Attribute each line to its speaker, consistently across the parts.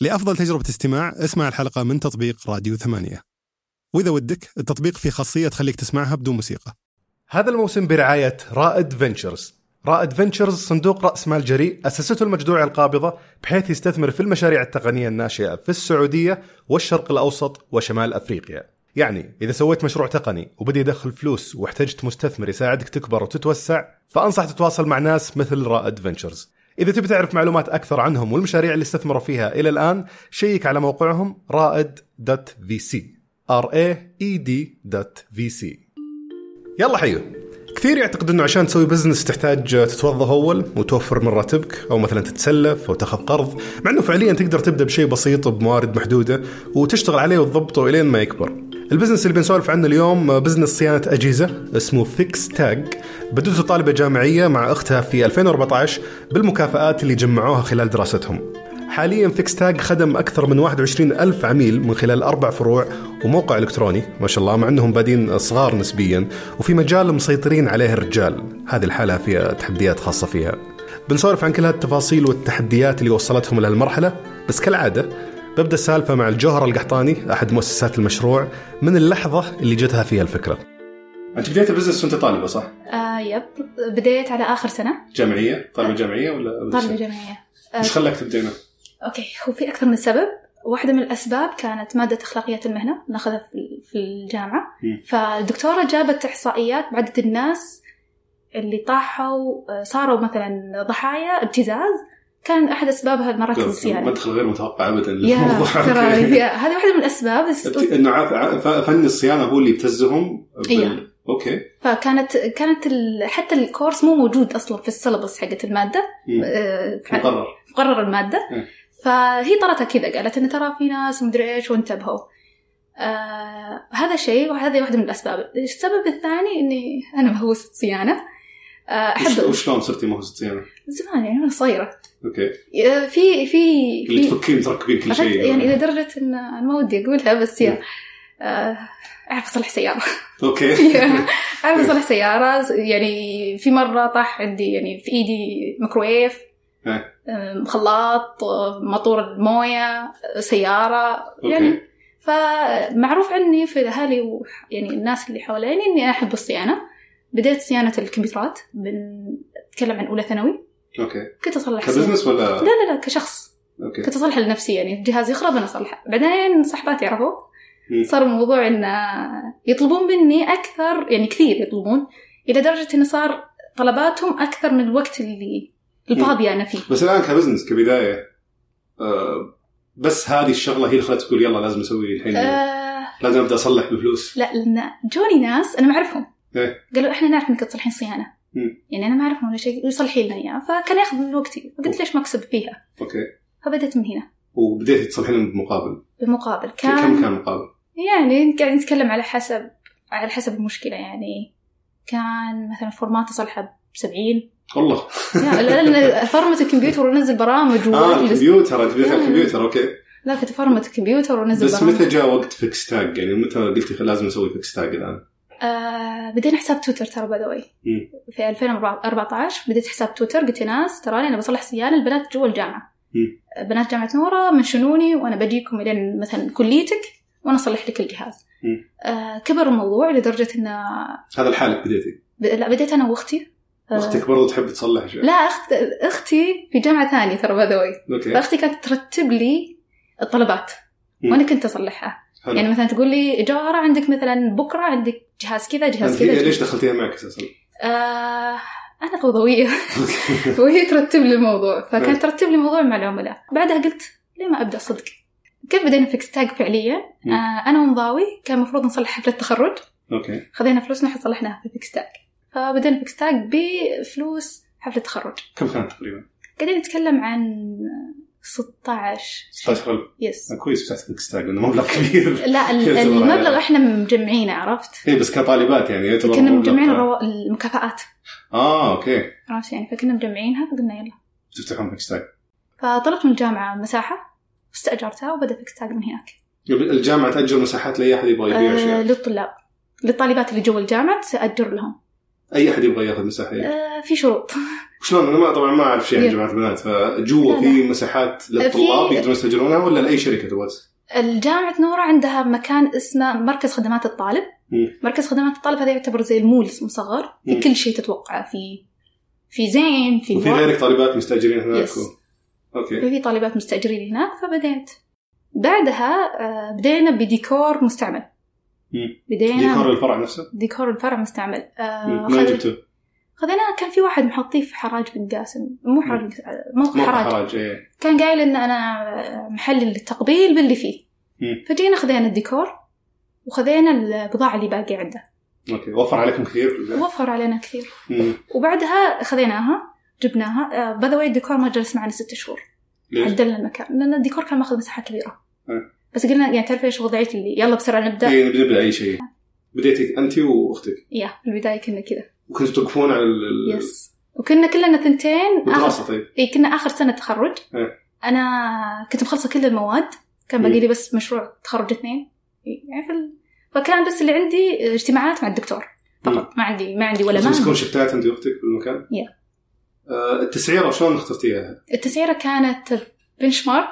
Speaker 1: لأفضل تجربة استماع اسمع الحلقة من تطبيق راديو ثمانية وإذا ودك التطبيق فيه خاصية تخليك تسمعها بدون موسيقى
Speaker 2: هذا الموسم برعاية رائد فينتشرز رائد فينتشرز صندوق رأس مال جريء أسسته المجدوع القابضة بحيث يستثمر في المشاريع التقنية الناشئة في السعودية والشرق الأوسط وشمال أفريقيا يعني إذا سويت مشروع تقني وبدي يدخل فلوس واحتجت مستثمر يساعدك تكبر وتتوسع فأنصح تتواصل مع ناس مثل رائد فينتشرز إذا تبي تعرف معلومات أكثر عنهم والمشاريع اللي استثمروا فيها إلى الآن شيك على موقعهم رائد.vc r a e d.vc يلا حيو كثير يعتقد انه عشان تسوي بزنس تحتاج تتوظف اول وتوفر من راتبك او مثلا تتسلف او تاخذ قرض مع انه فعليا تقدر تبدا بشيء بسيط بموارد محدوده وتشتغل عليه وتضبطه الين ما يكبر البزنس اللي بنسولف عنه اليوم بزنس صيانة أجهزة اسمه فيكس تاج بدته طالبة جامعية مع أختها في 2014 بالمكافآت اللي جمعوها خلال دراستهم حاليا فيكس تاج خدم أكثر من 21 ألف عميل من خلال أربع فروع وموقع إلكتروني ما شاء الله مع أنهم بادين صغار نسبيا وفي مجال مسيطرين عليه الرجال هذه الحالة فيها تحديات خاصة فيها بنسولف عن كل هالتفاصيل والتحديات اللي وصلتهم لهالمرحلة بس كالعادة ببدأ السالفة مع الجوهر القحطاني أحد مؤسسات المشروع من اللحظة اللي جتها فيها الفكرة أنت بديت البزنس وأنت طالبة صح؟
Speaker 3: آه يب بديت على آخر سنة
Speaker 2: جامعية طالبة جامعية ولا
Speaker 3: نعم. طالبة جامعية آه
Speaker 2: إيش خلاك تبدينا؟
Speaker 3: أوكي هو في أكثر من سبب واحدة من الأسباب كانت مادة أخلاقيات المهنة ناخذها في- في الجامعة
Speaker 2: مم.
Speaker 3: فالدكتورة جابت إحصائيات بعدد الناس اللي طاحوا آه، صاروا مثلا ضحايا ابتزاز كان أحد أسبابها مراكز الصيانة
Speaker 2: مدخل غير متوقع أبدا
Speaker 3: يا ترى
Speaker 2: طيب، أوكي.
Speaker 3: يا- هذه واحدة من الأسباب
Speaker 2: ابت- انه عف- عف- فن الصيانه هو اللي يبتزهم بال-
Speaker 3: إيه.
Speaker 2: اوكي
Speaker 3: فكانت كانت ال... حتى الكورس مو موجود اصلا في السلبس حقت الماده
Speaker 2: مم.
Speaker 3: آه، في
Speaker 2: مقرر
Speaker 3: قرر الماده
Speaker 2: إيه.
Speaker 3: فهي طرتها كذا قالت ان ترى في ناس مدري ايش وانتبهوا آه هذا شيء وهذه واحده من الاسباب السبب الثاني اني انا مهووسه صيانه آه
Speaker 2: وش-
Speaker 3: احب
Speaker 2: وشلون صرتي مهندسه صيانه؟
Speaker 3: زمان يعني وانا صغيره
Speaker 2: اوكي
Speaker 3: آه، في في
Speaker 2: اللي
Speaker 3: في
Speaker 2: تفكين تركبين كل
Speaker 3: إيه. أخذت-
Speaker 2: شيء
Speaker 3: يعني الى درجه ان انا ما ودي اقولها بس يا
Speaker 2: إيه.
Speaker 3: آه، اعرف اصلح سياره
Speaker 2: اوكي
Speaker 3: يعني- انا بصلح سيارة يعني في مرة طاح عندي يعني في ايدي ميكرويف
Speaker 2: إيه.
Speaker 3: أم، خلاط أم، ماطور الموية سيارة يعني
Speaker 2: اوكي
Speaker 3: فمعروف عني في اهلي وح- يعني الناس اللي حواليني اني احب الصيانة بديت صيانة الكمبيوترات بنتكلم عن اولى ثانوي
Speaker 2: اوكي
Speaker 3: كنت اصلح سيارة.
Speaker 2: كبزنس ولا
Speaker 3: لا لا لا كشخص
Speaker 2: اوكي
Speaker 3: كنت اصلحها لنفسي يعني الجهاز يخرب انا اصلحه بعدين صحباتي عرفوا
Speaker 2: مم.
Speaker 3: صار الموضوع انه يطلبون مني اكثر يعني كثير يطلبون الى درجه انه صار طلباتهم اكثر من الوقت اللي الفاضي انا فيه
Speaker 2: بس الان كبزنس كبدايه آه، بس هذه الشغله هي اللي خلتك تقول يلا لازم اسوي الحين
Speaker 3: آه
Speaker 2: لازم ابدا اصلح بفلوس
Speaker 3: لا لان جوني ناس انا ما اعرفهم
Speaker 2: إيه.
Speaker 3: قالوا احنا نعرف انك تصلحين صيانه
Speaker 2: مم.
Speaker 3: يعني انا ما اعرفهم ولا شيء ويصلحي لنا اياه فكان ياخذ من وقتي فقلت ليش ما اكسب فيها
Speaker 2: اوكي
Speaker 3: فبدت من هنا
Speaker 2: وبديتي تصلحين بمقابل
Speaker 3: بمقابل كان
Speaker 2: كم كان مقابل؟
Speaker 3: يعني قاعد نتكلم على حسب على حسب المشكلة يعني كان مثلا فورمات أصلحها ب 70
Speaker 2: والله آه،
Speaker 3: لا لا- لا فرمة الكمبيوتر ونزل برامج
Speaker 2: اه
Speaker 3: وأجلس
Speaker 2: الكمبيوتر انت بديت على
Speaker 3: لا.
Speaker 2: الكمبيوتر اوكي
Speaker 3: لا كنت فرمة الكمبيوتر ونزل
Speaker 2: بس
Speaker 3: برامج
Speaker 2: متى جاء وقت فيكس تاج يعني متى قلتي لازم اسوي فيكس تاج الان؟
Speaker 3: آه بدينا حساب تويتر ترى باي ذا واي
Speaker 2: مم.
Speaker 3: في 2014 بديت حساب تويتر قلت يا ناس تراني انا بصلح صيانه البنات جوا الجامعه
Speaker 2: مم.
Speaker 3: بنات جامعه نوره منشنوني وانا بجيكم الين مثلا كليتك وانا اصلح لك الجهاز
Speaker 2: مم.
Speaker 3: آه كبر الموضوع لدرجه انه
Speaker 2: هذا لحالك بديتي
Speaker 3: ب- لا بديت انا واختي آه،
Speaker 2: اختك برضو تحب تصلح شيء
Speaker 3: لا أخت... اختي في جامعه ثانيه ترى باي ذا واي
Speaker 2: اوكي
Speaker 3: فاختي كانت ترتب لي الطلبات
Speaker 2: مم.
Speaker 3: وانا كنت اصلحها
Speaker 2: حلو
Speaker 3: يعني مثلا تقول لي جوهره عندك مثلا بكره عندك جهاز كذا جهاز
Speaker 2: أنت طيب، هي
Speaker 3: كذا
Speaker 2: ليش دخلتيها معك اساسا؟
Speaker 3: آه... انا فوضويه
Speaker 2: أوكي.
Speaker 3: وهي ترتب لي الموضوع
Speaker 2: حلو.
Speaker 3: فكانت ترتب لي موضوع مع العملاء بعدها قلت ليه ما ابدا صدق كيف بدينا فيكس تاج فعليا
Speaker 2: مم.
Speaker 3: آه انا ومضاوي كان المفروض نصلح حفله تخرج
Speaker 2: اوكي
Speaker 3: خذينا فلوسنا إحنا صلحناها في فيكس تاج فبدينا فيكس تاج بفلوس حفله تخرج
Speaker 2: كم كان تقريبا؟
Speaker 3: قاعدين نتكلم عن 16
Speaker 2: 16000
Speaker 3: يس
Speaker 2: كويس بتاعت فيكس تاج لانه مبلغ كبير
Speaker 3: لا ال-
Speaker 2: كذا
Speaker 3: المبلغ
Speaker 2: يعني.
Speaker 3: احنا مجمعينه عرفت
Speaker 2: اي بس كطالبات يعني يعتبر
Speaker 3: كنا
Speaker 2: مبلغ-
Speaker 3: مجمعين الروا- المكافآت
Speaker 2: اه اوكي
Speaker 3: عرفت يعني فكنا مجمعينها فقلنا يلا
Speaker 2: تفتحون فيكس تاج
Speaker 3: فطلبت من الجامعة مساحة استأجرتها وبدأ فيكس تاج من هناك
Speaker 2: الجامعه تاجر مساحات لاي احد يبغى يبيع
Speaker 3: آه
Speaker 2: اشياء
Speaker 3: للطلاب للطالبات اللي جوا الجامعة تأجر لهم
Speaker 2: اي احد يبغى ياخذ مساحه
Speaker 3: آه في شروط
Speaker 2: شلون انا ما طبعا ما اعرف شيء عن
Speaker 3: يب.
Speaker 2: جامعه البنات فجوا
Speaker 3: لا،
Speaker 2: في مساحات للطلاب
Speaker 3: في-
Speaker 2: يقدرون يستاجرونها ولا لاي شركه تبغى تس-
Speaker 3: الجامعة نورة عندها مكان اسمه مركز خدمات الطالب
Speaker 2: مم.
Speaker 3: مركز خدمات الطالب هذا يعتبر زي المول مصغر في
Speaker 2: مم.
Speaker 3: كل شيء تتوقعه في في زين في
Speaker 2: وفي
Speaker 3: ورد.
Speaker 2: غيرك طالبات مستاجرين هناك
Speaker 3: يس.
Speaker 2: و... اوكي
Speaker 3: في طالبات مستأجرين هناك فبدأت بعدها آه، بدينا بديكور مستعمل
Speaker 2: مم. ديكور
Speaker 3: بدينا
Speaker 2: الفرع نفسه
Speaker 3: ديكور الفرع مستعمل نعم. آه،
Speaker 2: مم. ما
Speaker 3: خذ-
Speaker 2: جبته
Speaker 3: خذيناه كان في واحد محطيه في حراج بن قاسم مو حراج بن قاسم، موقع
Speaker 2: موقع
Speaker 3: حراج
Speaker 2: حراج ايه
Speaker 3: كان قايل ان انا محل التقبيل باللي فيه
Speaker 2: مم.
Speaker 3: فجينا خذينا الديكور وخذينا البضاعة اللي باقي عنده
Speaker 2: اوكي وفر عليكم كثير
Speaker 3: وفر علينا كثير
Speaker 2: مم.
Speaker 3: وبعدها خذيناها جبناها آه، باي ذا واي الديكور ما جلس معنا ست شهور
Speaker 2: ليش؟
Speaker 3: عدلنا المكان لان الديكور كان ماخذ مساحه كبيره
Speaker 2: أه.
Speaker 3: بس قلنا يعني تعرف ايش وضعيتي اللي يلا بسرعه نبدا
Speaker 2: اي نبي نبدا اي شيء بديتي انت واختك
Speaker 3: يا في البدايه كنا كذا
Speaker 2: وكنتوا توقفون على ال- ال-
Speaker 3: يس وكنا كلنا ثنتين
Speaker 2: الدراسه
Speaker 3: اخر
Speaker 2: طيب
Speaker 3: اي كنا اخر سنه تخرج
Speaker 2: أه.
Speaker 3: انا كنت مخلصه كل المواد كان باقي لي بس مشروع تخرج اثنين إي، يعني في ال... فكان بس اللي عندي اجتماعات مع الدكتور فقط ما عندي ما عندي ولا
Speaker 2: تمسكون
Speaker 3: ما
Speaker 2: شفتات انت واختك في المكان؟
Speaker 3: يا.
Speaker 2: آه، التسعيره شلون اخترتيها؟
Speaker 3: التسعيره كانت بنش مارك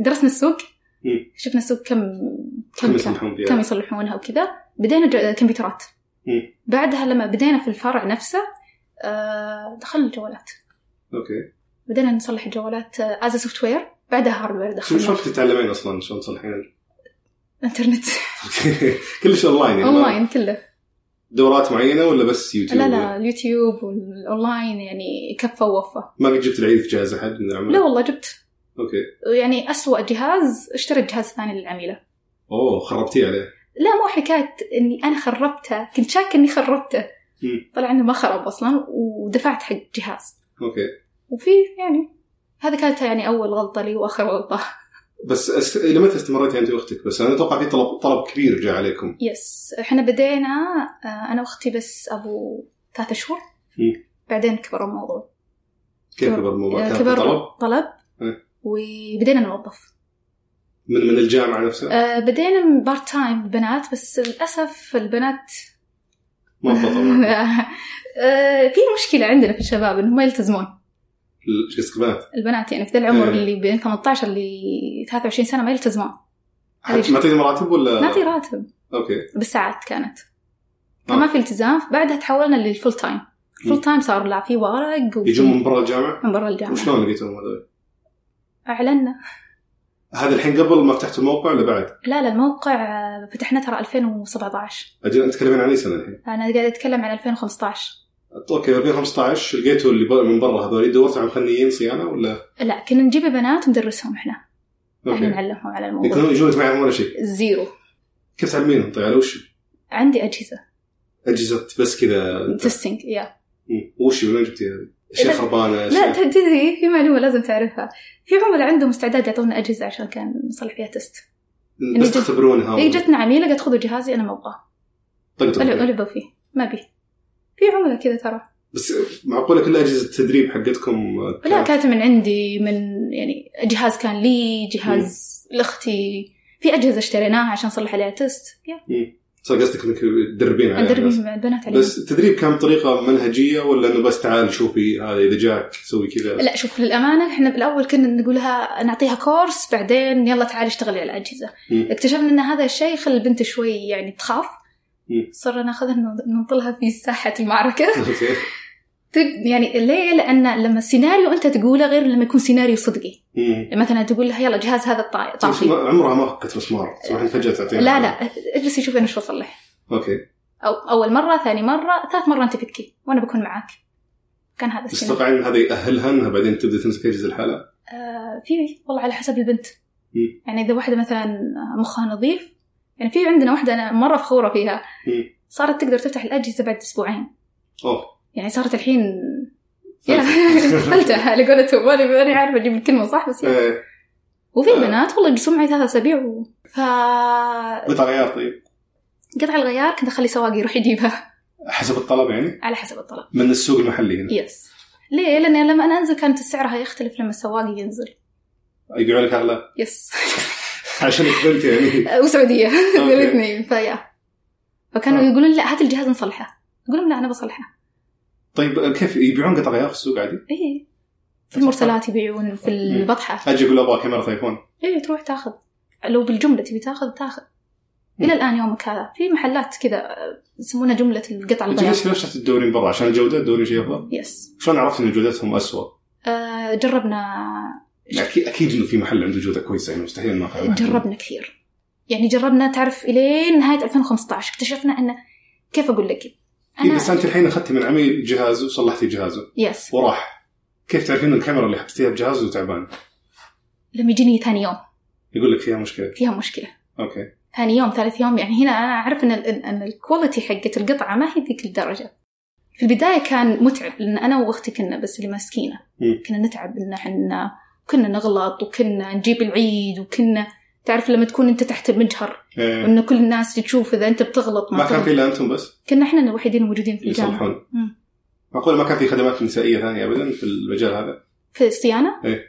Speaker 3: درسنا السوق
Speaker 2: مم.
Speaker 3: شفنا السوق كم
Speaker 2: كم
Speaker 3: كان.
Speaker 2: يسمحون فيها؟
Speaker 3: كم يصلحونها وكذا بدينا ج- كمبيوترات
Speaker 2: مم.
Speaker 3: بعدها لما بدينا في الفرع نفسه آه، دخلنا الجوالات
Speaker 2: اوكي
Speaker 3: بدينا نصلح الجوالات آه، از سوفت وير بعدها هاردوير
Speaker 2: شو شلون
Speaker 3: دخلنا
Speaker 2: كنت تتعلمين اصلا شلون تصلحين؟
Speaker 3: انترنت
Speaker 2: كلش اونلاين يعني ما-
Speaker 3: اونلاين كله
Speaker 2: دورات معينه ولا بس يوتيوب؟
Speaker 3: لا لا اليوتيوب والاونلاين يعني كفى ووفى
Speaker 2: ما قد جبت العيد في جهاز احد من العمل؟
Speaker 3: لا والله جبت
Speaker 2: اوكي
Speaker 3: يعني أسوأ جهاز اشتريت جهاز ثاني للعميلة
Speaker 2: اوه خربتيه عليه
Speaker 3: لا مو حكاية اني انا خربته كنت شاكة اني خربته
Speaker 2: مم.
Speaker 3: طلع انه ما خرب اصلا ودفعت حق جهاز
Speaker 2: اوكي
Speaker 3: وفي يعني هذا كانت يعني اول غلطه لي واخر غلطه
Speaker 2: بس أست... لمتى استمريتي انت واختك بس انا اتوقع في طلب طلب كبير جاء عليكم
Speaker 3: يس احنا بدينا آه، انا واختي بس ابو ثلاثة شهور
Speaker 2: مم.
Speaker 3: بعدين كبر الموضوع
Speaker 2: كيف
Speaker 3: كبر-
Speaker 2: كبر الموضوع؟
Speaker 3: آه،
Speaker 2: كان في
Speaker 3: كبر
Speaker 2: طلب
Speaker 3: طلب
Speaker 2: مم.
Speaker 3: وبدينا نوظف
Speaker 2: من من الجامعه نفسها؟
Speaker 3: آه، بدينا من بارت تايم بنات بس للاسف البنات
Speaker 2: ما بطلوا
Speaker 3: آه، في مشكله عندنا في الشباب انهم ما يلتزمون
Speaker 2: ايش قصدك بنات؟
Speaker 3: البنات يعني في ذا العمر
Speaker 2: إيه.
Speaker 3: اللي بين 18 ل 23 سنه ما يلتزمون
Speaker 2: حتى ما تعطيني مراتب ولا؟
Speaker 3: نعطي راتب
Speaker 2: اوكي
Speaker 3: بالساعات كانت
Speaker 2: آه.
Speaker 3: فما في التزام بعدها تحولنا للفول تايم
Speaker 2: مم.
Speaker 3: الفول تايم صار لا في ورق وفي-
Speaker 2: يجون من برا الجامعه؟
Speaker 3: من برا الجامعة
Speaker 2: وشلون لقيتهم هذول؟
Speaker 3: أعلنا
Speaker 2: هذا الحين قبل ما فتحت الموقع ولا بعد؟
Speaker 3: لا لا الموقع آه، فتحناه ترى 2017
Speaker 2: اجل انت تكلمين عن اي سنه الحين؟
Speaker 3: أنا قاعدة أتكلم عن 2015
Speaker 2: اوكي 2015 لقيتوا اللي ب- من برا هذول دورت على مخنيين صيانه ولا؟
Speaker 3: لا كنا نجيب بنات وندرسهم إحنا إحنا
Speaker 2: اوكي
Speaker 3: نعلمهم على
Speaker 2: يكونوا
Speaker 3: الموضوع
Speaker 2: يجون معهم ولا شيء
Speaker 3: زيرو
Speaker 2: كيف تعلمينهم طيب على وش؟
Speaker 3: عندي أجهزة
Speaker 2: اجهزه بس كذا
Speaker 3: تستنج يا
Speaker 2: مم. وش من وين جبتيها؟ هذه؟ اشياء
Speaker 3: لا-
Speaker 2: خربانه
Speaker 3: لا
Speaker 2: اشياء
Speaker 3: ت- تدري في معلومة لازم تعرفها في عملاء عندهم استعداد يعطونا أجهزة عشان كان نصلح فيها تست
Speaker 2: بس
Speaker 3: جت-
Speaker 2: تختبرونها
Speaker 3: هي جتنا عميلة قالت خذوا جهازي أنا ما أبغاه
Speaker 2: طقطق.
Speaker 3: ألعب ألعب فيه ما بي في عملاء كذا ترى
Speaker 2: بس معقوله كل اجهزه التدريب حقتكم
Speaker 3: لا كانت من عندي من يعني جهاز كان لي جهاز لاختي في اجهزه اشتريناها عشان نصلح عليها تيست يا،
Speaker 2: صار قصدك انك تدربين على
Speaker 3: ندرب
Speaker 2: الناس.
Speaker 3: مع البنات عليها
Speaker 2: بس التدريب كان بطريقه منهجيه ولا انه بس تعال شوفي هذا اذا جاك سوي كذا
Speaker 3: لا شوف للامانه احنا بالاول كنا نقول لها نعطيها كورس بعدين يلا تعالي اشتغلي على الاجهزه
Speaker 2: مم.
Speaker 3: اكتشفنا ان هذا الشيء خلى البنت شوي يعني تخاف
Speaker 2: مم.
Speaker 3: صرنا ناخذها ن- ننطلها في ساحه المعركه
Speaker 2: اوكي
Speaker 3: تب- يعني ليه؟ لان لما السيناريو انت تقوله غير لما يكون سيناريو صدقي
Speaker 2: مم.
Speaker 3: مثلا تقول لها يلا جهاز هذا طا- طافي
Speaker 2: ما- عمرها ما فكت مسمار صراحه فجاه تعطينا
Speaker 3: لا لا اجلسي شوفي انا شو اصلح
Speaker 2: اوكي
Speaker 3: أو أول مرة ثاني مرة ثالث مرة أنت فكي وأنا بكون معاك كان هذا
Speaker 2: بس
Speaker 3: السيناريو
Speaker 2: تتوقع ان هذا ياهلها انها بعدين تبدا تمسك اجهزه لحالها
Speaker 3: آه في والله على حسب البنت
Speaker 2: مم.
Speaker 3: يعني إذا واحدة مثلا مخها نظيف يعني في عندنا واحدة أنا مرة فخورة فيها
Speaker 2: مم.
Speaker 3: صارت تقدر تفتح الأجهزة بعد أسبوعين
Speaker 2: اوه
Speaker 3: يعني صارت الحين يا
Speaker 2: فلتة.
Speaker 3: فلتة على قولتهم ماني ماني عارفة أجيب الكلمة صح بس يعني.
Speaker 2: إيه،
Speaker 3: وفي
Speaker 2: آه.
Speaker 3: بنات والله يجلسون معي ثلاث أسابيع و... فقطع
Speaker 2: قطع غيار طيب
Speaker 3: الغيار كنت أخلي سواق يروح يجيبها
Speaker 2: حسب الطلب يعني
Speaker 3: على حسب الطلب
Speaker 2: من السوق المحلي هنا
Speaker 3: يس ليه؟ لأن لما أنا أنزل كانت السعر هيختلف لما السواق ينزل
Speaker 2: يبيعوا لك اغلى
Speaker 3: يس
Speaker 2: عشان بنت يعني
Speaker 3: وسعوديه
Speaker 2: أوكي.
Speaker 3: الاثنين فيا فكانوا
Speaker 2: آه.
Speaker 3: يقولون لا هات الجهاز نصلحه اقول لهم لا انا بصلحه
Speaker 2: طيب كيف يبيعون قطع غيار في السوق عادي؟
Speaker 3: اي إيه. في المرسلات يبيعون في البطحه
Speaker 2: اجي اقول ابغى كاميرا ايفون
Speaker 3: اي تروح تاخذ لو بالجمله تبي تاخذ تاخذ الى الان يومك هذا في محلات كذا آه، يسمونها جمله القطع
Speaker 2: انت
Speaker 3: البياض
Speaker 2: ليش ليش تدورين برا عشان الجوده تدورين شيء افضل؟
Speaker 3: يس
Speaker 2: شلون عرفت ان جودتهم يعني اسوء؟
Speaker 3: آه جربنا
Speaker 2: اكيد اكيد انه في محل عنده جوده كويسه يعني مستحيل ما كان محل.
Speaker 3: جربنا كثير يعني جربنا تعرف الين نهايه 2015 اكتشفنا انه كيف اقول لك
Speaker 2: إيه
Speaker 3: انا
Speaker 2: بس انت الحين اخذتي من عميل جهازه وصلحتي جهازه
Speaker 3: يس
Speaker 2: وراح كيف تعرفين الكاميرا اللي حطيتيها بجهازه تعبان؟
Speaker 3: لما يجيني ثاني يوم
Speaker 2: يقول لك فيها مشكله
Speaker 3: فيها مشكله
Speaker 2: اوكي
Speaker 3: ثاني يوم ثالث يوم يعني هنا انا اعرف ان ال- ان إن الكواليتي حقت القطعه ما هي ذيك الدرجه في البدايه كان متعب لان انا واختي كنا بس اللي ماسكينه
Speaker 2: مم.
Speaker 3: كنا نتعب ان احنا كنا نغلط وكنا نجيب العيد وكنا تعرف لما تكون انت تحت المجهر
Speaker 2: إيه.
Speaker 3: وانه كل الناس تشوف اذا انت بتغلط ما
Speaker 2: ما كان في إيه،
Speaker 3: تغلط
Speaker 2: الا انتم بس
Speaker 3: كنا احنا الوحيدين الموجودين في الجامعه
Speaker 2: يصلحون
Speaker 3: مم.
Speaker 2: معقول ما كان في خدمات نسائيه ثانيه ابدا في المجال هذا
Speaker 3: في الصيانه
Speaker 2: إيه.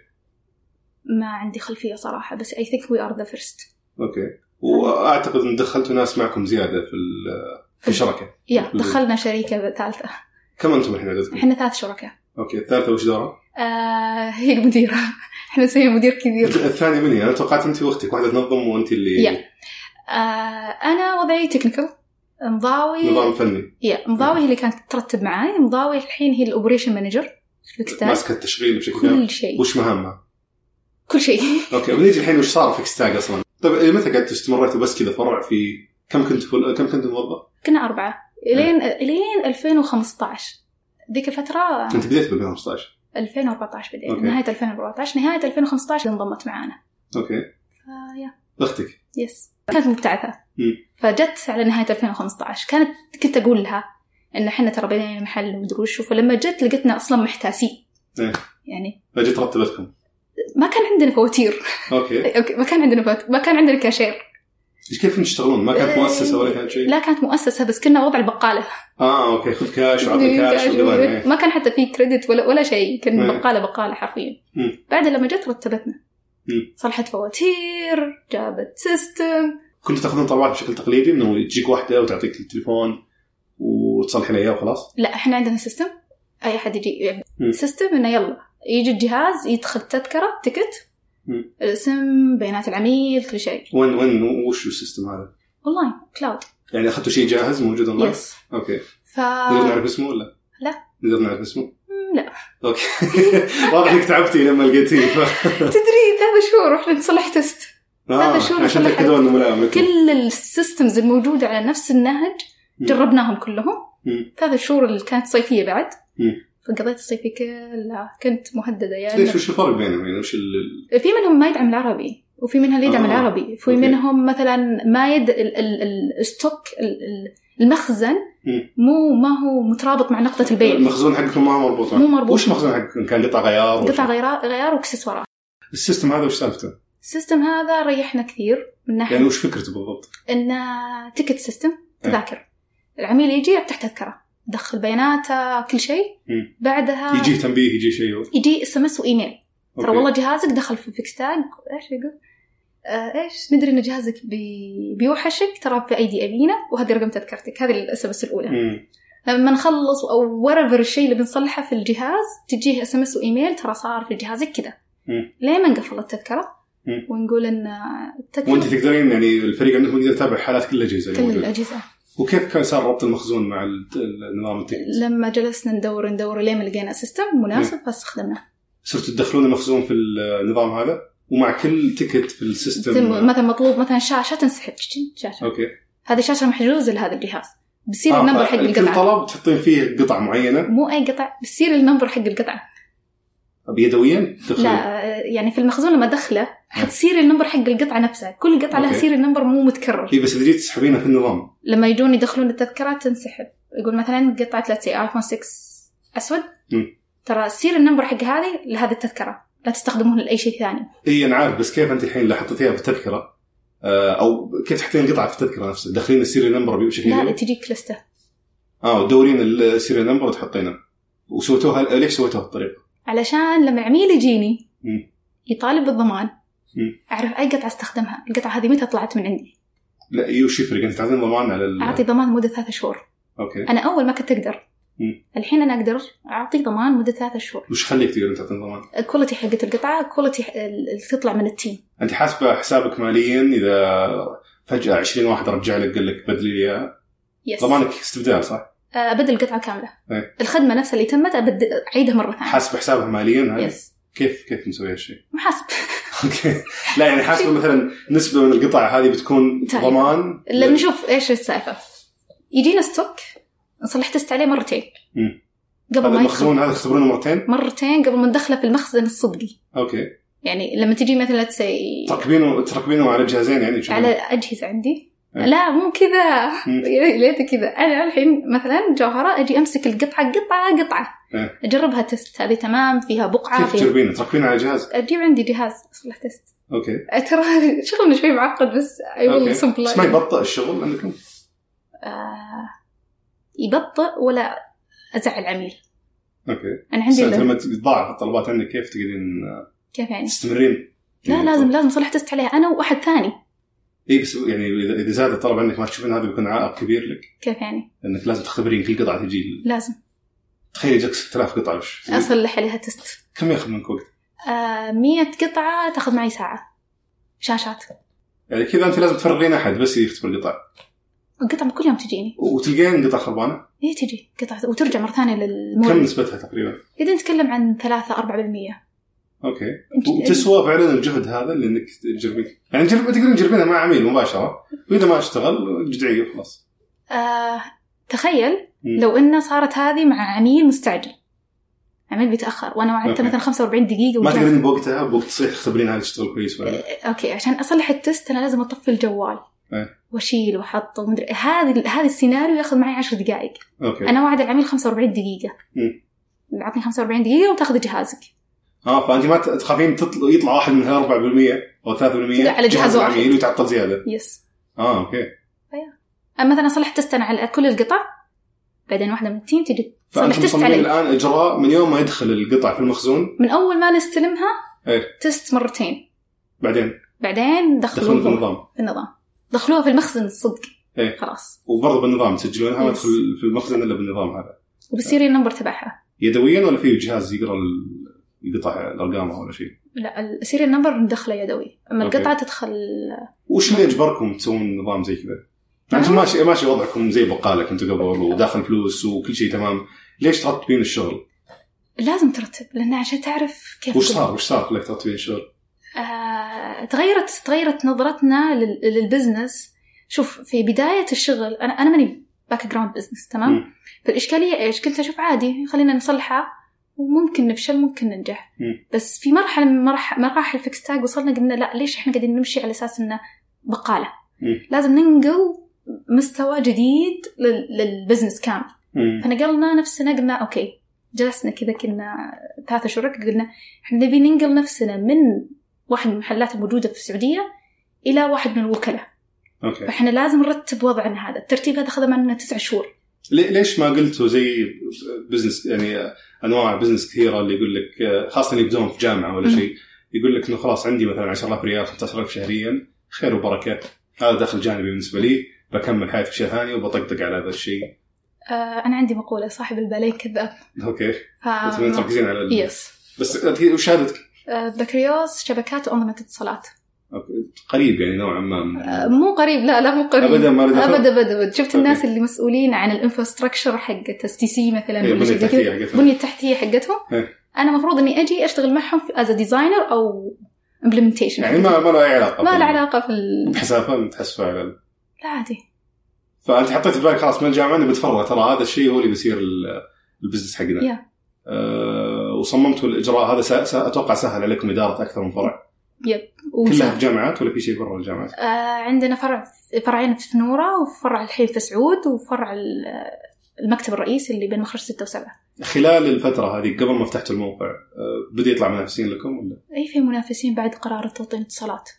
Speaker 3: ما عندي خلفيه صراحه بس اي ثينك وي ار ذا فيرست
Speaker 2: اوكي واعتقد ان دخلتوا ناس معكم زياده في ال- في الشركه
Speaker 3: يا
Speaker 2: مم.
Speaker 3: دخلنا شريكه ثالثه
Speaker 2: كم انتم الحين عددكم؟
Speaker 3: احنا ثلاث شركاء
Speaker 2: اوكي الثالثه وش دورها؟
Speaker 3: آه هي المديرة احنا نسميها مدير كبير
Speaker 2: الثانيه مني انا توقعت انت واختك واحده تنظم وانت اللي
Speaker 3: يا. آه انا وضعي تكنيكال
Speaker 2: نظام
Speaker 3: مضاوي
Speaker 2: فني
Speaker 3: يا مضاوي هي اللي كانت ترتب معاي مضاوي الحين هي الاوبريشن مانجر في باكستان
Speaker 2: ماسكه التشغيل بشكل عام
Speaker 3: كل شيء
Speaker 2: وش مهامها؟
Speaker 3: كل شيء
Speaker 2: اوكي بنيجي الحين وش صار في كستاج اصلا؟ طيب إيه، متى قعدتوا استمريتوا بس كذا فرع في كم كنت فل... كم كنت موظف؟
Speaker 3: كنا أربعة الين
Speaker 2: إيه.
Speaker 3: الين 2015 ذيك الفترة
Speaker 2: انت بديت ب 2015
Speaker 3: 2014 بدينا
Speaker 2: أوكي.
Speaker 3: نهاية 2014 نهاية 2015 انضمت معانا
Speaker 2: اوكي
Speaker 3: آه يا
Speaker 2: اختك
Speaker 3: يس كانت مبتعثة
Speaker 2: مم.
Speaker 3: فجت على نهاية 2015 كانت كنت أقول لها إن إحنا ترى بنينا محل ومدري وش فلما جت لقيتنا أصلا محتاسين
Speaker 2: إيه.
Speaker 3: يعني
Speaker 2: فجت رتبتكم
Speaker 3: ما كان عندنا فواتير
Speaker 2: اوكي
Speaker 3: أوكي ما كان عندنا فواتير ما كان عندنا كاشير
Speaker 2: ايش كيف كنتوا تشتغلون؟ ما كانت
Speaker 3: إيه.
Speaker 2: مؤسسه ولا كانت شيء؟
Speaker 3: لا كانت مؤسسة بس كنا وضع البقالة
Speaker 2: اه اوكي خذ كاش وعطني كاش وقبل إيه.
Speaker 3: ما كان حتى في كريدت ولا ولا شيء كان
Speaker 2: إيه.
Speaker 3: بقالة بقالة حرفيا
Speaker 2: مم.
Speaker 3: بعد لما جت رتبتنا
Speaker 2: مم.
Speaker 3: صلحت فواتير جابت سيستم
Speaker 2: كنتوا تاخذون طلبات بشكل تقليدي انه تجيك واحده وتعطيك التليفون وتصلحين اياه وخلاص
Speaker 3: لا احنا عندنا سيستم اي احد يجي
Speaker 2: مم.
Speaker 3: سيستم انه يلا يجي الجهاز يدخل تذكره تكت
Speaker 2: مم.
Speaker 3: الاسم بيانات العميل كل شيء
Speaker 2: وين وين وش السيستم هذا؟
Speaker 3: اونلاين كلاود
Speaker 2: يعني اخذتوا شيء جاهز موجود اونلاين؟
Speaker 3: يس
Speaker 2: اوكي
Speaker 3: ف
Speaker 2: نقدر نعرف اسمه ولا؟
Speaker 3: آه. لا.
Speaker 2: نقدر نعرف اسمه؟
Speaker 3: مم، لا
Speaker 2: اوكي واضح انك تعبتي لما لقيتيه ف...
Speaker 3: تدري ثلاث شهور رحنا نصلح تست هذا شو
Speaker 2: آه، عشان
Speaker 3: نصلح
Speaker 2: تاكدوا انه ملائم لكم.
Speaker 3: كل السيستمز الموجوده على نفس النهج
Speaker 2: مم.
Speaker 3: جربناهم كلهم
Speaker 2: مم.
Speaker 3: ثلاث شهور اللي كانت صيفيه بعد
Speaker 2: مم.
Speaker 3: فقضيت الصيفيه كلها كنت مهدده يعني
Speaker 2: ليش وش الفرق بينهم يعني وش ال...
Speaker 3: في منهم ما يدعم العربي وفي منها اللي يدعم
Speaker 2: آه،
Speaker 3: العربي في
Speaker 2: أوكي.
Speaker 3: منهم مثلا ما يد ال- ال- ال- الستوك ال- ال- المخزن
Speaker 2: مم.
Speaker 3: مو ما هو مترابط مع نقطة البيع
Speaker 2: المخزون حقكم ما هو مربوط
Speaker 3: مو مربوط.
Speaker 2: وش المخزون حقكم كان قطع غيار وش-
Speaker 3: قطع غيار آه. غيار واكسسوارات
Speaker 2: السيستم هذا وش سالفته؟
Speaker 3: السيستم هذا ريحنا كثير من ناحية
Speaker 2: يعني وش فكرته بالضبط؟
Speaker 3: انه تيكت سيستم تذاكر العميل يجي يفتح تذكرة دخل بياناته كل شيء
Speaker 2: مم.
Speaker 3: بعدها
Speaker 2: يجيه تنبيه يجي شيء أوكي.
Speaker 3: يجي اس ام اس وايميل ترى آه. والله جهازك دخل في بيكس تاج ايش يقول؟ آه ايش ندري ان جهازك بي... بيوحشك ترى في ايدي ابينا وهذه رقم تذكرتك هذه الاس ام اس الاولى
Speaker 2: مم.
Speaker 3: لما نخلص او ورفر الشيء اللي بنصلحه في الجهاز تجيه اس ام اس وايميل ترى صار في جهازك كذا
Speaker 2: مم.
Speaker 3: ليه ما نقفل التذكره
Speaker 2: مم.
Speaker 3: ونقول ان التذكرة
Speaker 2: وانت تقدرين يعني الفريق عندكم يقدر يتابع حالات كل الاجهزه اللي
Speaker 3: كل
Speaker 2: موجودة.
Speaker 3: الاجهزه
Speaker 2: وكيف كان صار ربط المخزون مع ال- النظام التقني؟
Speaker 3: لما جلسنا ندور ندور لين ما لقينا سيستم مناسب فاستخدمناه
Speaker 2: صرتوا تدخلون المخزون في النظام هذا ومع كل تيكت في
Speaker 3: تم-
Speaker 2: السيستم
Speaker 3: مثلا مطلوب مثلا شاشه تنسحب شاشه
Speaker 2: اوكي
Speaker 3: هذه الشاشه محجوزه لهذا الجهاز بصير
Speaker 2: آه،
Speaker 3: النمبر حق
Speaker 2: كل
Speaker 3: القطعه
Speaker 2: طلب تحطين فيه قطع معينه
Speaker 3: مو اي قطع بصير النمبر حق القطعه
Speaker 2: يدويا تدخلين
Speaker 3: لا يعني في المخزون لما ادخله حتصير النمبر حق القطعه نفسها كل قطعه لها
Speaker 2: أوكي.
Speaker 3: سير النمبر مو متكرر
Speaker 2: اي بس اذا جيت تسحبينها في النظام
Speaker 3: لما يجون يدخلون التذكره تنسحب يقول مثلا قطعه لا سي ايفون 6 اسود
Speaker 2: مم.
Speaker 3: ترى سير النمبر حق هذه لهذه التذكره لا تستخدمون لاي شيء ثاني
Speaker 2: اي انا عارف بس كيف انت الحين اللي حطيتيها في التذكره آه، او كيف تحطين قطعه في التذكره نفسها تدخلين السيريال نمبر بشكل
Speaker 3: لا لا
Speaker 2: يدوي؟
Speaker 3: تجيك لسته
Speaker 2: اه وتدورين السيريال نمبر وتحطينه وسويتوها ليش سويتوها بالطريقه؟
Speaker 3: علشان لما عميل يجيني
Speaker 2: مم.
Speaker 3: يطالب بالضمان
Speaker 2: مم.
Speaker 3: اعرف اي قطعه استخدمها القطعه هذه متى طلعت من عندي
Speaker 2: لا اي وش يفرق انت تعطين ضمان على ال...
Speaker 3: اعطي ضمان مده ثلاثة شهور
Speaker 2: اوكي
Speaker 3: انا اول ما كنت اقدر
Speaker 2: مم.
Speaker 3: الحين انا اقدر اعطيه ضمان مده ثلاثة شهور
Speaker 2: وش خليك تقدر انت تعطي ضمان؟
Speaker 3: الكواليتي حقت القطعه الكواليتي ح- اللي تطلع من التيم
Speaker 2: انت حاسبه حسابك ماليا اذا فجاه 20 واحد رجع لك قال لك بدلي لي إياه.
Speaker 3: يس
Speaker 2: ضمانك استبدال صح؟
Speaker 3: آه، ابدل القطعه كامله
Speaker 2: إيه.
Speaker 3: الخدمه نفسها اللي تمت أبدل- اعيدها مره ثانيه
Speaker 2: حاسب حسابها ماليا هذه؟
Speaker 3: يس
Speaker 2: كيف كيف مسوي هالشيء؟
Speaker 3: محاسب
Speaker 2: اوكي لا يعني حاسبه مثلا نسبه من القطع هذه بتكون
Speaker 3: طيب.
Speaker 2: ضمان
Speaker 3: لا نشوف ايش السالفه يجينا ستوك صلح تست عليه مرتين
Speaker 2: مم.
Speaker 3: قبل
Speaker 2: هذا
Speaker 3: ما يدخل
Speaker 2: المخزون هذا تختبرونه مرتين
Speaker 3: مرتين قبل ما ندخله في المخزن الصدقي
Speaker 2: اوكي
Speaker 3: يعني لما تجي مثلا تسي
Speaker 2: تركبينه تركبينه على جهازين يعني شو-
Speaker 3: على اجهزه عندي
Speaker 2: إيه.
Speaker 3: لا مو كذا
Speaker 2: مم.
Speaker 3: يا ليت كذا انا الحين مثلا جوهره اجي امسك القطعه قطعه قطعه
Speaker 2: إيه.
Speaker 3: اجربها تست هذه تمام فيها بقعه
Speaker 2: كيف
Speaker 3: فيها
Speaker 2: تجربينه؟ تركبينه على جهاز
Speaker 3: اجيب عندي جهاز صلح تست
Speaker 2: اوكي
Speaker 3: ترى شغلنا شوي معقد بس اي
Speaker 2: اوكي
Speaker 3: والله simple.
Speaker 2: بس ما يبطئ الشغل عندكم؟
Speaker 3: آه، يبطئ ولا ازعل عميل
Speaker 2: اوكي
Speaker 3: انا
Speaker 2: بس
Speaker 3: عندي
Speaker 2: أنت
Speaker 3: ال-
Speaker 2: لما تضاع الطلبات عندك كيف تقدرين آه،
Speaker 3: كيف يعني؟
Speaker 2: تستمرين؟
Speaker 3: لا لازم لازم صلح تست عليها انا وواحد ثاني
Speaker 2: اي بس يعني اذا إذا زاد الطلب عندك ما تشوفين هذا بيكون عائق كبير لك
Speaker 3: كيف يعني؟
Speaker 2: لانك لازم تختبرين كل قطعه تجي
Speaker 3: لازم
Speaker 2: تخيل يجيك 6000 قطعه وش
Speaker 3: اصلح عليها تست
Speaker 2: كم ياخذ منك وقت؟
Speaker 3: آه، مية قطعة تاخذ معي ساعة شاشات
Speaker 2: يعني كذا انت لازم تفرغين احد بس يختبر القطع
Speaker 3: القطع كل يوم تجيني
Speaker 2: وتلقين قطع خربانه
Speaker 3: هي تجي قطع إيه، وترجع مرة ثانية
Speaker 2: كم
Speaker 3: للمورد
Speaker 2: نسبتها تقريبا؟
Speaker 3: إذا نتكلم عن ثلاثة أربعة بالمية
Speaker 2: اوكي
Speaker 3: يعني
Speaker 2: وتسوى فعلا الجهد هذا اللي انك تجربين يعني جرب تقدرين تجربينها مع عميل مباشره واذا ما اشتغل جدعيه وخلاص
Speaker 3: آه، تخيل
Speaker 2: مم.
Speaker 3: لو إن صارت هذه مع عميل مستعجل عميل بيتأخر وأنا وعدته
Speaker 2: أوكي.
Speaker 3: مثلا 45 دقيقة
Speaker 2: ما
Speaker 3: وجاء.
Speaker 2: تقدرين بوقتها بوقت صحيح تختبرين هذا تشتغل كويس ولا لا
Speaker 3: اوكي عشان اصلح التست انا لازم اطفي الجوال
Speaker 2: إيه.
Speaker 3: واشيل واحط ومدري هذه هذا السيناريو ياخذ معي 10 دقائق
Speaker 2: اوكي
Speaker 3: انا وعد العميل 45 دقيقه
Speaker 2: إيه. مم.
Speaker 3: اعطني 45 دقيقه وتاخذ جهازك
Speaker 2: اه فانت ما تخافين تطل... يطلع واحد من هال 4% او 3%
Speaker 3: لا، على جهاز واحد.
Speaker 2: العميل ويتعطل زياده
Speaker 3: يس
Speaker 2: اه اوكي
Speaker 3: أنا مثلا اصلح تست انا على كل القطع بعدين واحده من التيم تجي
Speaker 2: فانت
Speaker 3: تصلح تست
Speaker 2: مصممين
Speaker 3: علي
Speaker 2: الان اجراء من يوم ما يدخل القطع في المخزون
Speaker 3: من اول ما نستلمها
Speaker 2: إيه.
Speaker 3: تست مرتين
Speaker 2: بعدين
Speaker 3: بعدين
Speaker 2: تدخلون في
Speaker 3: دخلوها
Speaker 2: النظام
Speaker 3: في النظام دخلوها في المخزن الصدق
Speaker 2: إيه.
Speaker 3: خلاص
Speaker 2: وبرضه بالنظام تسجلونها ما
Speaker 3: يس.
Speaker 2: تدخل في المخزن الا بالنظام هذا
Speaker 3: وبالسيريال النمبر تبعها
Speaker 2: يدويا ولا في جهاز يقرا ال- القطع الارقام ولا شيء
Speaker 3: لا السيريال نمبر ندخله يدوي اما
Speaker 2: أوكي.
Speaker 3: القطعه تدخل
Speaker 2: وش اللي يجبركم تسوون نظام زي كذا؟ يعني انتم ماشي ماشي وضعكم زي بقالك انتم قبل وداخل فلوس وكل شيء تمام ليش ترتبين الشغل؟
Speaker 3: لازم ترتب لان عشان تعرف كيف
Speaker 2: وش
Speaker 3: تقول.
Speaker 2: صار وش صار خلاك ترتبين الشغل؟
Speaker 3: آه، تغيرت تغيرت نظرتنا لل- للبزنس شوف في بدايه الشغل انا انا ماني باك جراوند بزنس تمام
Speaker 2: مم.
Speaker 3: فالاشكاليه ايش كنت اشوف عادي خلينا نصلحها وممكن نفشل ممكن ننجح
Speaker 2: مم.
Speaker 3: بس في مرحله من مرح- مراحل فيكس تاج وصلنا قلنا لا ليش احنا قاعدين نمشي على اساس انه بقاله
Speaker 2: مم.
Speaker 3: لازم ننقل مستوى جديد لل- للبزنس كامل
Speaker 2: مم.
Speaker 3: فنقلنا نفسنا قلنا اوكي جلسنا كذا كنا ثلاثة شركاء قلنا احنا نبي ننقل نفسنا من واحد من المحلات الموجودة في السعودية إلى واحد من الوكلاء
Speaker 2: اوكي
Speaker 3: فاحنا لازم نرتب وضعنا هذا الترتيب هذا خذ معنا تسع شهور
Speaker 2: لي- ليش ما قلتوا زي بزنس يعني انواع بزنس كثيره اللي يقول لك خاصه اللي يبدون في جامعه ولا
Speaker 3: مم.
Speaker 2: شيء يقول لك انه خلاص عندي مثلا 10000 ريال 15000 شهريا خير وبركه هذا دخل جانبي بالنسبه لي بكمل حياتي بشيء ثاني وبطقطق على هذا الشيء
Speaker 3: آه أنا عندي مقولة صاحب البالين كذاب
Speaker 2: اوكي
Speaker 3: ف...
Speaker 2: انتم مركزين على ال-
Speaker 3: يس
Speaker 2: بس أكيد وشهادتك
Speaker 3: آه، بكالوريوس شبكات وأنظمة اتصالات
Speaker 2: قريب يعني نوعا ما من
Speaker 3: آه، مو قريب لا لا مو قريب
Speaker 2: أبداً ما له دخل؟
Speaker 3: أبدا أبدا أبدا شفت
Speaker 2: أوكي.
Speaker 3: الناس اللي مسؤولين عن الانفراستراكشر حق اس تي سي مثلا
Speaker 2: إيه،
Speaker 3: ولا شيء زي
Speaker 2: البنية التحتية
Speaker 3: كذا.
Speaker 2: حقتهم.
Speaker 3: البنيه التحتيه حقتهم
Speaker 2: إيه.
Speaker 3: انا المفروض اني اجي اشتغل معهم از ديزاينر او امبلمنتيشن
Speaker 2: يعني ما ما له اي علاقه
Speaker 3: ما له علاقه في ال...
Speaker 2: بحسافه متحسفه على ال-
Speaker 3: لا عادي
Speaker 2: فانت حطيت في بالك خلاص من الجامعه اني بتفرغ ترى هذا الشيء هو اللي بيصير ال- البزنس حقنا
Speaker 3: يا.
Speaker 2: آه، وصممتوا الاجراء هذا سا- سا- اتوقع سهل عليكم اداره اكثر من فرع كلها في
Speaker 3: وش-
Speaker 2: جامعات ولا في شيء برا الجامعات
Speaker 3: آه عندنا فرع فرعين في نوره وفرع الحين في سعود وفرع ال- المكتب الرئيسي اللي بين مخرج 6 و7
Speaker 2: خلال الفتره هذه قبل ما فتحتوا الموقع آه، بدا يطلع منافسين لكم ولا
Speaker 3: اي في منافسين بعد قرار توطين اتصالات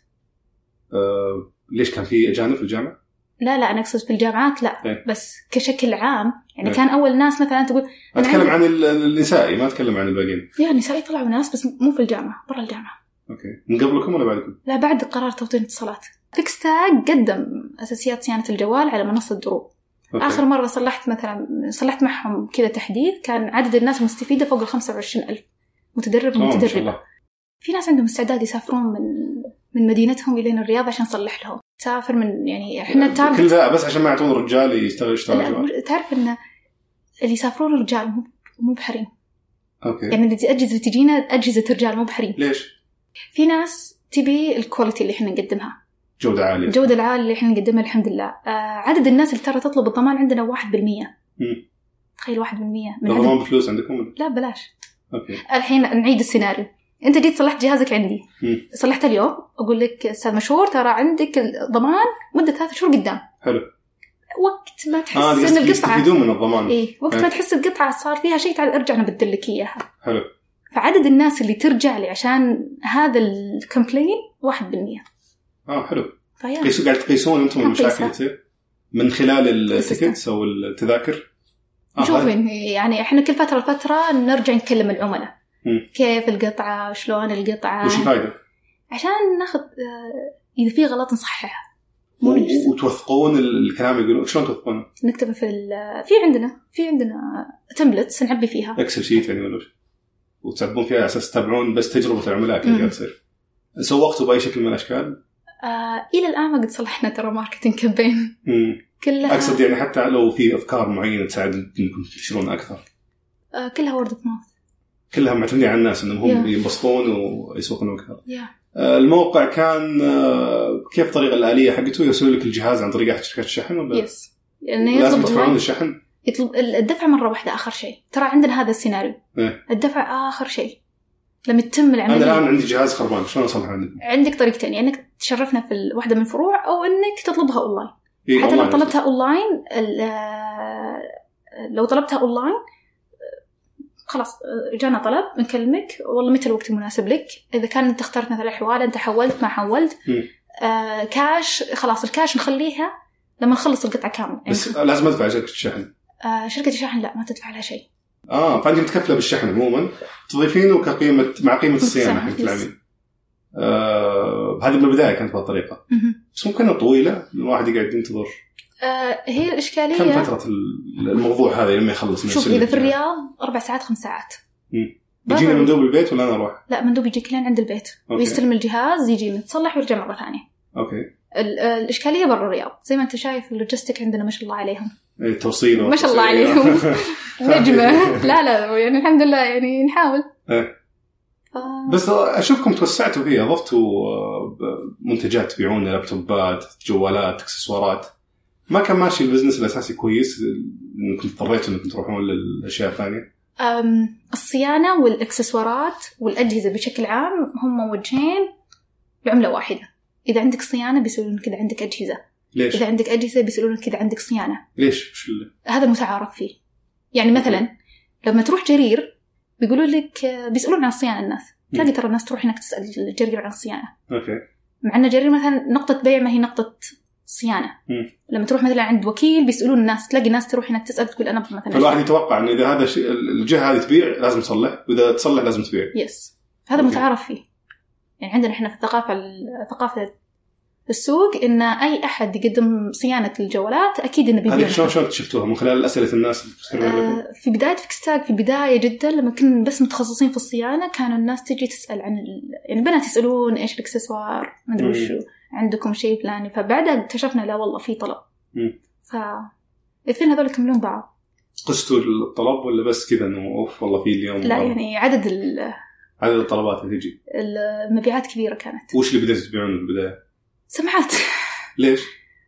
Speaker 2: آه، ليش كان في اجانب في الجامعه؟
Speaker 3: لا لا انا اقصد في الجامعات لا
Speaker 2: إيه.
Speaker 3: بس كشكل عام يعني
Speaker 2: إيه.
Speaker 3: كان اول ناس مثلا تقول أنا
Speaker 2: اتكلم
Speaker 3: عندي-
Speaker 2: عن ال- ال- النسائي ما اتكلم عن الباقيين
Speaker 3: يا نسائي طلعوا يعني ناس بس مو في الجامعه برا الجامعه
Speaker 2: اوكي من قبلكم ولا بعدكم؟
Speaker 3: لا بعد قرار توطين اتصالات فيكس تاج قدم اساسيات صيانه الجوال على منصه دروب
Speaker 2: أوكي. آه،
Speaker 3: اخر مره صلحت مثلا صلحت معهم كذا تحديث كان عدد الناس المستفيده فوق ال 25000 متدرب
Speaker 2: أوه، ما شاء
Speaker 3: ومتدربه
Speaker 2: الله
Speaker 3: في ناس عندهم استعداد يسافرون من من مدينتهم الين الرياض عشان نصلح لهم تسافر من يعني احنا
Speaker 2: كل
Speaker 3: التارجت
Speaker 2: ذا بس عشان ما يعطون رجال يشتغل يشتغل
Speaker 3: لا،
Speaker 2: جوال.
Speaker 3: مو- تعرف ان اللي يسافرون رجال مو- مو بحريم
Speaker 2: اوكي
Speaker 3: يعني الاجهزه تجينا اجهزه رجال مو بحريم
Speaker 2: ليش؟
Speaker 3: في ناس تبي الكواليتي اللي احنا نقدمها
Speaker 2: جوده عاليه
Speaker 3: الجودة العالية اللي احنا نقدمها الحمد لله آه عدد الناس اللي ترى تطلب الضمان عندنا 1%
Speaker 2: مم.
Speaker 3: تخيل 1% من
Speaker 2: طب
Speaker 3: عدد
Speaker 2: ضمان بفلوس عندكم؟
Speaker 3: لا بلاش
Speaker 2: اوكي
Speaker 3: الحين نعيد السيناريو انت جيت صلحت جهازك عندي
Speaker 2: مم.
Speaker 3: صلحته اليوم اقول لك استاذ مشهور ترى عندك الضمان مدة ثلاث شهور قدام
Speaker 2: حلو.
Speaker 3: وقت ما تحس
Speaker 2: اه
Speaker 3: ان
Speaker 2: يست-
Speaker 3: القطعة
Speaker 2: يستفيدون من الضمان
Speaker 3: اي وقت ما
Speaker 2: إيه.
Speaker 3: تحس القطعة صار فيها شيء تعال ارجع انا بدل لك اياها
Speaker 2: حلو
Speaker 3: فعدد الناس اللي ترجع لي عشان هذا الكومبلين 1%
Speaker 2: اه حلو
Speaker 3: فيا
Speaker 2: قيسوا قاعد تقيسون انتم
Speaker 3: نقيسها.
Speaker 2: المشاكل اللي تصير من خلال
Speaker 3: السيستم.
Speaker 2: التيكتس او التذاكر آه،
Speaker 3: نشوف
Speaker 2: هذا-
Speaker 3: إن- يعني احنا كل فتره لفتره نرجع نكلم العملاء
Speaker 2: مم.
Speaker 3: كيف القطعه شلون القطعه
Speaker 2: وش الفائده؟
Speaker 3: عشان ناخذ آه، اذا في غلط نصححها مو
Speaker 2: و-
Speaker 3: نجلس.
Speaker 2: وتوثقون ال- الكلام اللي يقولون شلون توثقونه؟
Speaker 3: نكتبه في ال- آه، في عندنا في عندنا تمبلتس نعبي فيها
Speaker 2: اكسل شيت يعني ولا وش؟ وتعبون فيها على اساس تتابعون بس تجربه العملاء كيف
Speaker 3: مم.
Speaker 2: قاعد تصير سوقتوا باي شكل من الاشكال؟
Speaker 3: آه، الى الان ما قد صلحنا ترى ماركتنج كامبين
Speaker 2: مم.
Speaker 3: كلها
Speaker 2: اقصد يعني حتى لو في افكار معينه تساعد انكم تنتشرون اكثر
Speaker 3: آه، كلها وورد اوف ماوث
Speaker 2: كلها معتمدين على الناس انهم هم
Speaker 3: Yeah.
Speaker 2: ينبسطون ويسوقون اكثر.
Speaker 3: يا
Speaker 2: آه، الموقع كان آه، كيف الطريقه الاليه حقته يرسلوا لك الجهاز عن طريق أحد شركات الشحن ولا
Speaker 3: يس لانه
Speaker 2: لازم
Speaker 3: يعني يطلب يعني
Speaker 2: تدفعون
Speaker 3: ضمان
Speaker 2: الشحن؟
Speaker 3: يطلب الدفع مره واحده اخر شيء ترى عندنا هذا السيناريو
Speaker 2: إيه.
Speaker 3: الدفع اخر شيء لما تتم العمليه
Speaker 2: انا الان عندي جهاز خربان شلون اصلحه عندكم؟
Speaker 3: عندك طريقتين يا انك تشرفنا في ال- واحده من الفروع او انك تطلبها اونلاين
Speaker 2: إيه،
Speaker 3: حتى لو
Speaker 2: أونلاين.
Speaker 3: طلبتها اونلاين ال- آه، لو طلبتها اونلاين آه، خلاص آه، جانا طلب بنكلمك والله متى الوقت المناسب لك اذا كان انت اخترت مثلا حوال انت حولت ما حولت
Speaker 2: مم.
Speaker 3: آه كاش خلاص الكاش نخليها لما نخلص القطعه كامله يعني
Speaker 2: بس آه، لازم ادفع شركه الشحن.
Speaker 3: آه شركه الشحن لا ما تدفع لها شيء
Speaker 2: اه فانت متكفله بالشحن عموما تضيفينه كقيمه مع قيمه الصيانه
Speaker 3: صح،
Speaker 2: حقت
Speaker 3: يس.
Speaker 2: العميل. آه هذه من البدايه كانت بهالطريقه
Speaker 3: مهم.
Speaker 2: بس ممكن إنها طويله الواحد يقعد ينتظر
Speaker 3: آه هي الاشكاليه
Speaker 2: كم فتره ال- الموضوع هذا لما يخلص
Speaker 3: شوف اذا في الرياض اربع ساعات خمس ساعات
Speaker 2: مم.
Speaker 3: برا
Speaker 2: يجيني مندوب البيت ولا انا اروح؟
Speaker 3: لا مندوب يجيك لين عند البيت
Speaker 2: أوكي.
Speaker 3: ويستلم الجهاز يجي متصلح ويرجع مره ثانيه
Speaker 2: اوكي
Speaker 3: ال- الاشكاليه برا الرياض زي ما انت شايف اللوجستيك عندنا ما شاء الله عليهم
Speaker 2: إيه، توصيل
Speaker 3: ما شاء الله
Speaker 2: وتوصيل.
Speaker 3: عليهم. نجمه لا لا يعني الحمد لله يعني نحاول
Speaker 2: إيه.
Speaker 3: ف-
Speaker 2: بس اشوفكم توسعتوا فيه اضفتوا آه، ب- منتجات تبيعون لابتوبات جوالات اكسسوارات ما كان ماشي البزنس الاساسي كويس انكم اضطريتوا انكم تروحون للاشياء الثانيه
Speaker 3: أم، الصيانه والاكسسوارات والاجهزه بشكل عام هم وجهين بعمله واحده اذا عندك صيانه بيسالونك اذا عندك اجهزه
Speaker 2: ليش؟
Speaker 3: اذا عندك اجهزه بيسالونك اذا عندك صيانه
Speaker 2: ليش؟ وش ال-
Speaker 3: هذا متعارف فيه يعني مثلا لما تروح جرير بيقولوا لك بيسالون عن الصيانه الناس تلاقي ترى الناس تروح هناك تسال الجرير عن الصيانه
Speaker 2: اوكي
Speaker 3: مع ان جرير مثلا نقطه بيع ما هي نقطه صيانه
Speaker 2: مم.
Speaker 3: لما تروح مثلا عند وكيل بيسالون الناس تلاقي الناس تروح هناك تسال تقول انا مثلا
Speaker 2: فالواحد يتوقع انه اذا هذا الشيء الجهه هذه تبيع لازم تصلح واذا تصلح لازم تبيع
Speaker 3: يس هذا
Speaker 2: أوكي.
Speaker 3: متعارف فيه يعني عندنا احنا في الثقافه ال- ثقافه السوق ان اي احد يقدم صيانه الجوالات اكيد انه بيبيع
Speaker 2: هذه شلون شلون اكتشفتوها من خلال اسئله الناس اللي بتصير بينكم؟
Speaker 3: آه، في بداية فيكستاج في البداية جدا لما كنا بس متخصصين في الصيانة كانوا الناس تجي تسأل عن ال... يعني البنات يسألون ايش الاكسسوار ما ادري
Speaker 2: مم.
Speaker 3: وشو عندكم شيء فلاني فبعدها اكتشفنا لا والله في طلب
Speaker 2: مم.
Speaker 3: ف الاثنين هذول يكملون بعض
Speaker 2: قستوا الطلب ولا بس كذا انه اوف والله في اليوم
Speaker 3: لا يعني عدد ال-
Speaker 2: عدد الطلبات اللي تجي
Speaker 3: المبيعات كبيرة كانت
Speaker 2: وش اللي بديتوا تبيعون من البدايه؟
Speaker 3: سمعت
Speaker 2: ليش؟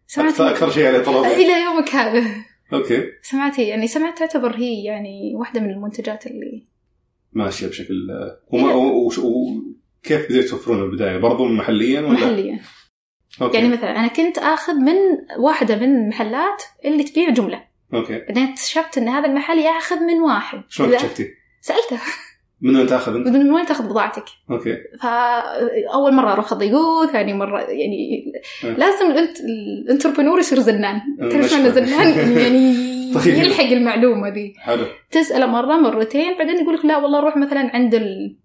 Speaker 3: سمعت
Speaker 2: اكثر اكثر شيء عليه طلب
Speaker 3: إلى يومك هذا
Speaker 2: اوكي
Speaker 3: سمعت هي يعني سمعت تعتبر هي يعني واحدة من المنتجات اللي
Speaker 2: ماشيه بشكل وما
Speaker 3: إيه.
Speaker 2: وش- وكيف بديتوا توفرون البدايه برضو محليا ولا
Speaker 3: محلية
Speaker 2: أوكي.
Speaker 3: يعني مثلا أنا كنت آخذ من واحدة من المحلات اللي تبيع جملة
Speaker 2: اوكي
Speaker 3: بعدين اكتشفت ان هذا المحل ياخذ من واحد
Speaker 2: شلون
Speaker 3: لا،
Speaker 2: اكتشفتي؟
Speaker 3: سالته
Speaker 2: من وين تاخذ انت؟
Speaker 3: من وين تاخذ بضاعتك؟
Speaker 2: اوكي
Speaker 3: فاول مره رفض يقول ثاني مره يعني
Speaker 2: أه.
Speaker 3: لازم الانت الانتربرنور يصير زنان
Speaker 2: أه،
Speaker 3: تعرف شلون
Speaker 2: مشكلة.
Speaker 3: زنان يعني
Speaker 2: طيب.
Speaker 3: يلحق المعلومه ذي
Speaker 2: حلو
Speaker 3: تساله مره مرتين بعدين يقول لك لا والله روح مثلا عند ال-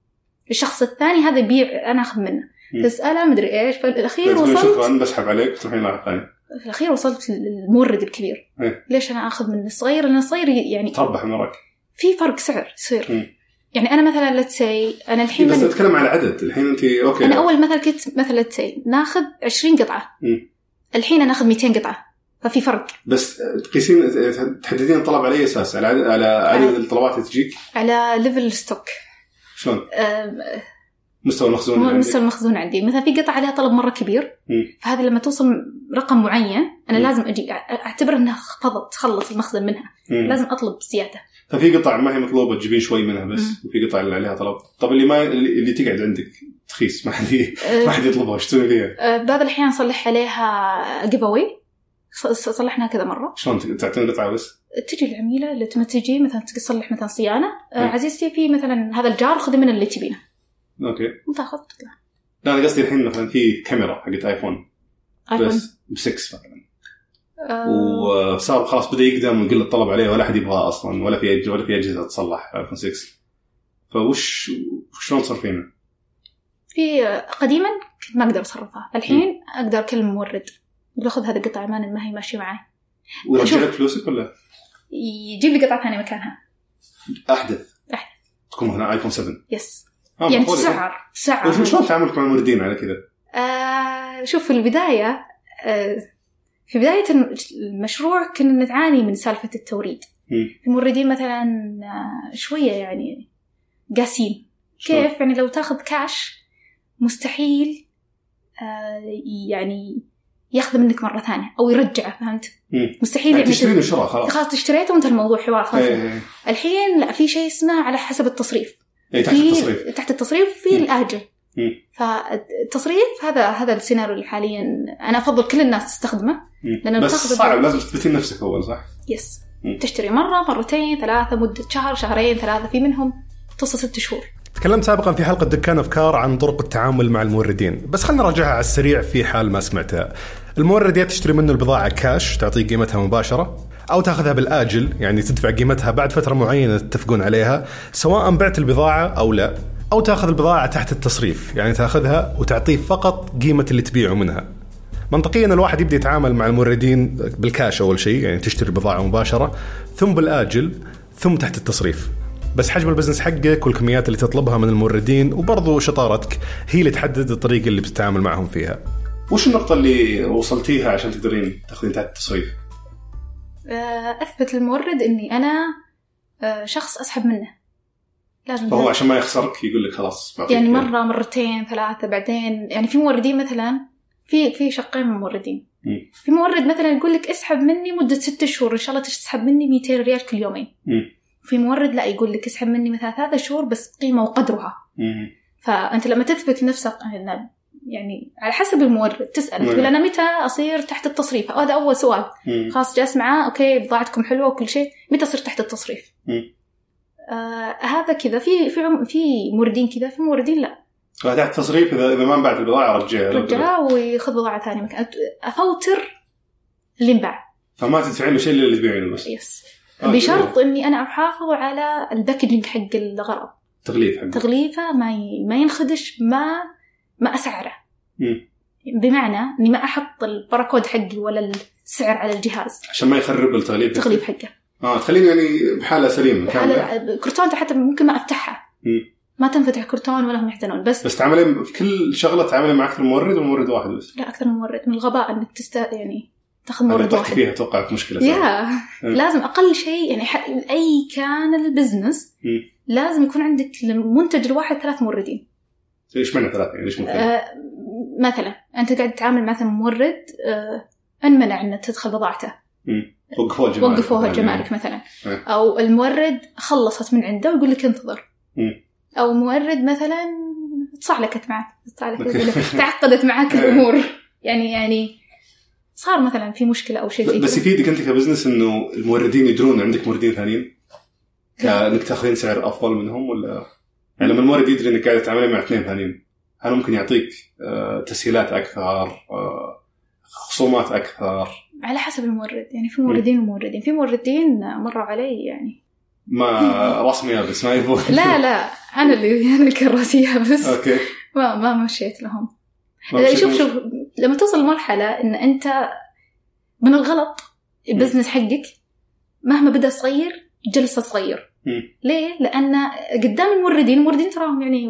Speaker 3: الشخص الثاني هذا يبيع انا اخذ منه
Speaker 2: مم.
Speaker 3: تساله مدري ايش فالاخير
Speaker 2: تقول
Speaker 3: إيه، وصلت
Speaker 2: شكرا بسحب عليك تروحين واحد ثاني
Speaker 3: في الاخير وصلت للمورد الكبير
Speaker 2: إيه.
Speaker 3: ليش انا اخذ من الصغير لان الصغير يعني
Speaker 2: تربح مرك
Speaker 3: في فرق سعر يصير
Speaker 2: مم.
Speaker 3: يعني انا مثلا ليتس سي انا الحين
Speaker 2: بس
Speaker 3: من-
Speaker 2: اتكلم على العدد الحين انت اوكي
Speaker 3: انا اول مثلا كنت مثلا let's say ناخذ 20 قطعه
Speaker 2: مم.
Speaker 3: الحين انا اخذ 200 قطعه ففي فرق
Speaker 2: بس تقيسين تحددين الطلب على اي اساس؟ على عدد, على عدد
Speaker 3: على-
Speaker 2: الطلبات اللي تجيك؟
Speaker 3: على ليفل ستوك
Speaker 2: شلون؟ مستوى المخزون اللي عندك؟
Speaker 3: مستوى المخزون عندي مثلا في قطعه عليها طلب مره كبير
Speaker 2: مم.
Speaker 3: فهذه لما توصل رقم معين انا
Speaker 2: مم.
Speaker 3: لازم اجي اعتبر انها خفضت خلص المخزن منها
Speaker 2: مم.
Speaker 3: لازم اطلب زياده
Speaker 2: ففي قطع ما هي مطلوبه تجيبين شوي منها بس وفي قطع اللي عليها طلب طب اللي ما اللي اللي تقعد عندك تخيس ما حد ي-
Speaker 3: أه،
Speaker 2: ما حد يطلبها ايش تسوي فيها؟
Speaker 3: أه، بعض الاحيان اصلح عليها جيف اواي صلحناها كذا مره
Speaker 2: شلون ت- تعطين قطعه بس؟
Speaker 3: تجي العميله اللي لما تجي مثلا تصلح مثلا صيانه أه،
Speaker 2: مم.
Speaker 3: عزيزتي في مثلا هذا الجار خذي من اللي تبينه
Speaker 2: اوكي
Speaker 3: تاخذ تطلع
Speaker 2: لا انا قصدي الحين مثلا في كاميرا حقت ايفون
Speaker 3: ايفون
Speaker 2: بس ب 6 مثلا
Speaker 3: أه،
Speaker 2: وصار خلاص بدا يقدم ويقل الطلب عليه ولا احد يبغاه اصلا ولا في أج- ولا في اجهزه تصلح ايفون 6 فوش شلون تصرفينه؟
Speaker 3: في قديما كنت ما اقدر اصرفها الحين اقدر اكلم المورد اقول له خذ هذه القطعه ما ما هي ماشيه معي
Speaker 2: ورجع
Speaker 3: أشوف.
Speaker 2: لك فلوسك ولا؟
Speaker 3: يجيب لي قطعه ثانيه مكانها
Speaker 2: احدث
Speaker 3: أحدث.
Speaker 2: تكون هنا ايفون 7
Speaker 3: يس
Speaker 2: آه،
Speaker 3: يعني
Speaker 2: مقبولة.
Speaker 3: تسعر تسعر
Speaker 2: وش- شلون تعاملك مع الموردين على كذا؟
Speaker 3: آه شوف في البدايه آه في بدايه الم- المشروع كنا نتعاني من سالفه التوريد
Speaker 2: مم.
Speaker 3: الموردين مثلا آه، شويه يعني قاسين كيف يعني لو تاخذ كاش مستحيل آه يعني ياخذ منك مره ثانيه او يرجعه فهمت
Speaker 2: مم.
Speaker 3: مستحيل
Speaker 2: يعني
Speaker 3: يعني
Speaker 2: تشترين وشراء خلاص
Speaker 3: خلاص اشتريته وانت الموضوع حوار خلاص
Speaker 2: إيه، إيه.
Speaker 3: الحين لا في شيء اسمه على حسب التصريف
Speaker 2: اي إيه، تحت
Speaker 3: في-
Speaker 2: التصريف
Speaker 3: تحت التصريف في
Speaker 2: مم.
Speaker 3: الاجل
Speaker 2: مم.
Speaker 3: فالتصريف هذا هذا السيناريو اللي حاليا انا افضل كل الناس تستخدمه
Speaker 2: مم.
Speaker 3: لأنه
Speaker 2: بس
Speaker 3: بتاخذ
Speaker 2: صعب لازم تثبتين نفسك اول صح؟
Speaker 3: يس
Speaker 2: مم.
Speaker 3: تشتري مره مرتين ثلاثه مده شهر شهرين ثلاثه في منهم توصل ست شهور
Speaker 4: تكلمت سابقا في حلقه دكان افكار عن طرق التعامل مع الموردين، بس خلينا نراجعها على السريع في حال ما سمعتها. المورد يا تشتري منه البضاعه كاش تعطيه قيمتها مباشره او تاخذها بالاجل يعني تدفع قيمتها بعد فتره معينه تتفقون عليها سواء بعت البضاعه او لا او تاخذ البضاعه تحت التصريف يعني تاخذها وتعطيه فقط قيمه اللي تبيعه منها منطقيا الواحد يبدا يتعامل مع الموردين بالكاش اول شيء يعني تشتري البضاعه مباشره ثم بالاجل ثم تحت التصريف بس حجم البزنس حقك والكميات اللي تطلبها من الموردين وبرضو شطارتك هي اللي تحدد الطريقه اللي بتتعامل معهم فيها
Speaker 2: وش النقطة اللي وصلتيها عشان تقدرين تاخذين تحت التصريف؟
Speaker 3: آه، اثبت المورد اني انا آه، شخص اسحب منه لازم
Speaker 2: فهو عشان ما يخسرك يقول لك خلاص بعطيك
Speaker 3: يعني مرة مرتين ثلاثة بعدين يعني في موردين مثلا في في شقين من موردين
Speaker 2: مم.
Speaker 3: في مورد مثلا يقول لك اسحب مني مدة ستة شهور إن شاء الله تسحب مني 200 ريال كل يومين
Speaker 2: مم.
Speaker 3: في مورد لا يقول لك اسحب مني مثلا ثلاثة شهور بس قيمة وقدرها
Speaker 2: مم.
Speaker 3: فأنت لما تثبت لنفسك أن- يعني على حسب المورد تسأل
Speaker 2: مم.
Speaker 3: تقول أنا متى أصير تحت التصريف هذا أول سؤال
Speaker 2: مم.
Speaker 3: خلاص جالس معاه اوكي بضاعتكم حلوه وكل شيء متى صرت تحت التصريف
Speaker 2: مم.
Speaker 3: آه هذا كذا في في عم- في موردين كذا في موردين لا
Speaker 2: تحت التصريف اذا اذا ما انباعت البضاعة رجعها لو تقدر.
Speaker 3: رجعها وياخذ بضاعه ثانيه مكان افوتر اللي انباع
Speaker 2: فما تدفعين له شيء الا اللي تبيعينه بس
Speaker 3: يس
Speaker 2: آه،
Speaker 3: إيه. بشرط اني انا احافظ على الباكجنج حق الغرض
Speaker 2: تغليف حقه
Speaker 3: تغليفه ما ي... ما ينخدش ما ما اسعره
Speaker 2: مم.
Speaker 3: بمعنى اني ما احط الباركود حقي ولا السعر على الجهاز
Speaker 2: عشان ما يخرب التغليف
Speaker 3: التغليف حقه
Speaker 2: اه تخليني يعني بحالة سليمة كاملة
Speaker 3: على كرتون حتى ممكن ما افتحها
Speaker 2: مم.
Speaker 3: ما تنفتح كرتون ولا هم يحتنون بس
Speaker 2: بس تعاملين في كل شغلة تعاملين مع اكثر من مورد ومورد واحد بس
Speaker 3: لا اكثر من مورد من الغباء انك تست يعني تاخذ
Speaker 2: انا
Speaker 3: مورد
Speaker 2: طحت
Speaker 3: واحد
Speaker 2: طيب، فيها اتوقع في مشكلة
Speaker 3: يا
Speaker 2: مم.
Speaker 3: لازم اقل شيء يعني ح... اي كان البزنس
Speaker 2: مم.
Speaker 3: لازم يكون عندك للمنتج الواحد ثلاث موردين
Speaker 2: ليش معنى ثلاثة يعني ليش مو اثنين؟
Speaker 3: آه مثلا انت قاعد تتعامل مع مثلا مورد آه انمنع انه تدخل بضاعته
Speaker 2: وقفوها الجمارك
Speaker 3: وقفوها جمارك مثلا
Speaker 2: يعني. إيه.
Speaker 3: او المورد خلصت من عنده ويقول لك انتظر
Speaker 2: مم.
Speaker 3: او مورد مثلا تصعلكت معك تصعلكت
Speaker 2: أوكي.
Speaker 3: يقول لك تعقدت معك
Speaker 2: إيه.
Speaker 3: الامور يعني يعني صار مثلا في مشكله او شيء زي
Speaker 2: بس
Speaker 3: كذا.
Speaker 2: يفيدك انت كبزنس انه الموردين يدرون إن عندك موردين ثانيين انك تاخذين سعر افضل منهم ولا يعني لما المورد يدري انك قاعد تتعاملين مع اثنين ثانيين هل ممكن يعطيك آه، تسهيلات اكثر آه، خصومات اكثر
Speaker 3: على حسب المورد يعني في موردين وموردين في موردين مروا علي يعني
Speaker 2: ما رسمي يابس ما يبون
Speaker 3: لا لا انا اللي انا الكراسيه بس
Speaker 2: اوكي
Speaker 3: ما ما مشيت لهم
Speaker 2: ما
Speaker 3: لا
Speaker 2: بشكل-
Speaker 3: شوف شوف لما توصل لمرحلة إن أنت من الغلط البزنس حقك مهما بدا صغير جلسه صغير
Speaker 2: مم.
Speaker 3: ليه؟ لان قدام الموردين الموردين تراهم يعني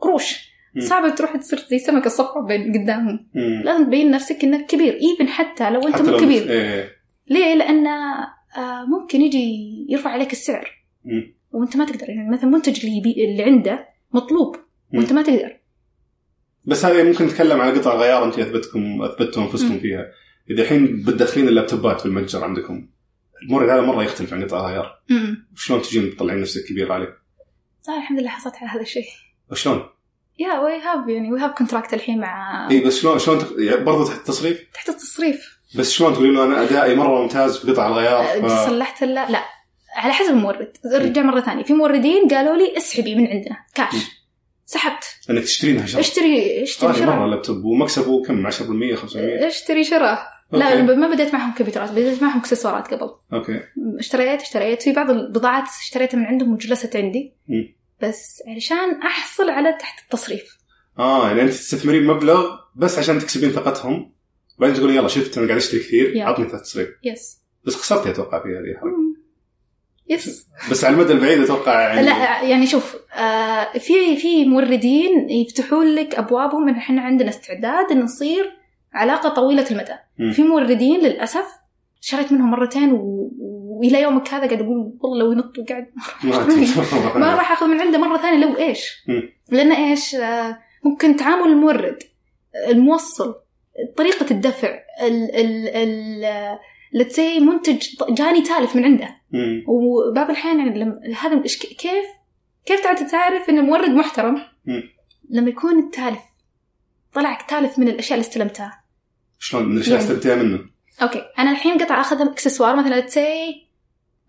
Speaker 3: قروش
Speaker 2: مم.
Speaker 3: صعب تروح تصير زي سمكه صفراء بين قدامهم
Speaker 2: مم.
Speaker 3: لازم تبين نفسك انك كبير ايفن حتى لو انت
Speaker 2: حتى
Speaker 3: مو
Speaker 2: لو-
Speaker 3: كبير
Speaker 2: إيه.
Speaker 3: ليه؟ لأن آه، ممكن يجي يرفع عليك السعر
Speaker 2: مم.
Speaker 3: وأنت ما تقدر يعني مثلا المنتج اللي يبي اللي عنده مطلوب وأنت ما تقدر
Speaker 2: بس هذه ممكن نتكلم على قطع غيار انت اثبتكم اثبتتم انفسكم
Speaker 3: مم.
Speaker 2: فيها اذا الحين بتدخلين اللابتوبات في المتجر عندكم المورد هذا مره يختلف عن قطع غيار
Speaker 3: امم
Speaker 2: شلون تجين تطلعين نفسك كبير عليه
Speaker 3: آه الحمد لله حصلت على هذا الشيء
Speaker 2: شلون
Speaker 3: يا وي هاف يعني وي هاف كونتراكت الحين مع
Speaker 2: اي بس شلون شلون تق... يعني برضه تحت التصريف
Speaker 3: تحت التصريف
Speaker 2: بس شلون تقولين له انا ادائي مره ممتاز في قطع الغيار
Speaker 3: آه،
Speaker 2: ف...
Speaker 3: صلحت لا لا على حسب المورد رجع مرة ثانية في موردين قالوا لي اسحبي من عندنا
Speaker 2: مم.
Speaker 3: كاش سحبت
Speaker 2: انك تشترينها شهر
Speaker 3: اشتري اشتري
Speaker 2: غالي مره
Speaker 3: شراء
Speaker 2: اللابتوب ومكسبه كم 10% 500
Speaker 3: اشتري شراء آه، لا
Speaker 2: أوكي.
Speaker 3: أنا ما بديت معهم كمبيوترات بديت معهم اكسسوارات قبل
Speaker 2: اوكي
Speaker 3: اشتريت اشتريت في بعض البضاعات اشتريتها من عندهم وجلست عندي
Speaker 2: مم.
Speaker 3: بس علشان احصل على تحت التصريف
Speaker 2: اه يعني انت تستثمرين مبلغ بس عشان تكسبين ثقتهم بعدين تقولين يلا شفت انا قاعد اشتري كثير
Speaker 3: يلا.
Speaker 2: عطني تصريف
Speaker 3: يس
Speaker 2: بس خسرتي اتوقع في هذه الحركه
Speaker 3: مم. يس
Speaker 2: بس على المدى البعيد اتوقع يعني
Speaker 3: لا يعني شوف آه في في موردين يفتحون لك ابوابهم ان احنا عندنا استعداد ان نصير علاقه طويله المدى
Speaker 2: مم.
Speaker 3: في موردين للاسف شريت منهم مرتين و... والى يومك هذا قاعد اقول والله لو ينط قاعد
Speaker 2: ما
Speaker 3: ما
Speaker 2: أدري.
Speaker 3: راح اخذ من عنده مره ثانيه لو ايش
Speaker 2: طيب. مم.
Speaker 3: لان ايش آه، ممكن تعامل المورد الموصل طريقه الدفع ال ال ال آه، let's say منتج ط- جاني تالف من عنده
Speaker 2: مم.
Speaker 3: وبعض الاحيان يعني لما- هذا إيش- كيف كيف تعرف تعرف ان المورد محترم
Speaker 2: مم.
Speaker 3: لما يكون التالف طلع تالف من الاشياء اللي استلمتها
Speaker 2: شلون من الاشياء
Speaker 3: يعني.
Speaker 2: استمتع منه
Speaker 3: اوكي انا الحين قطعه اخذها اكسسوار مثلا تسي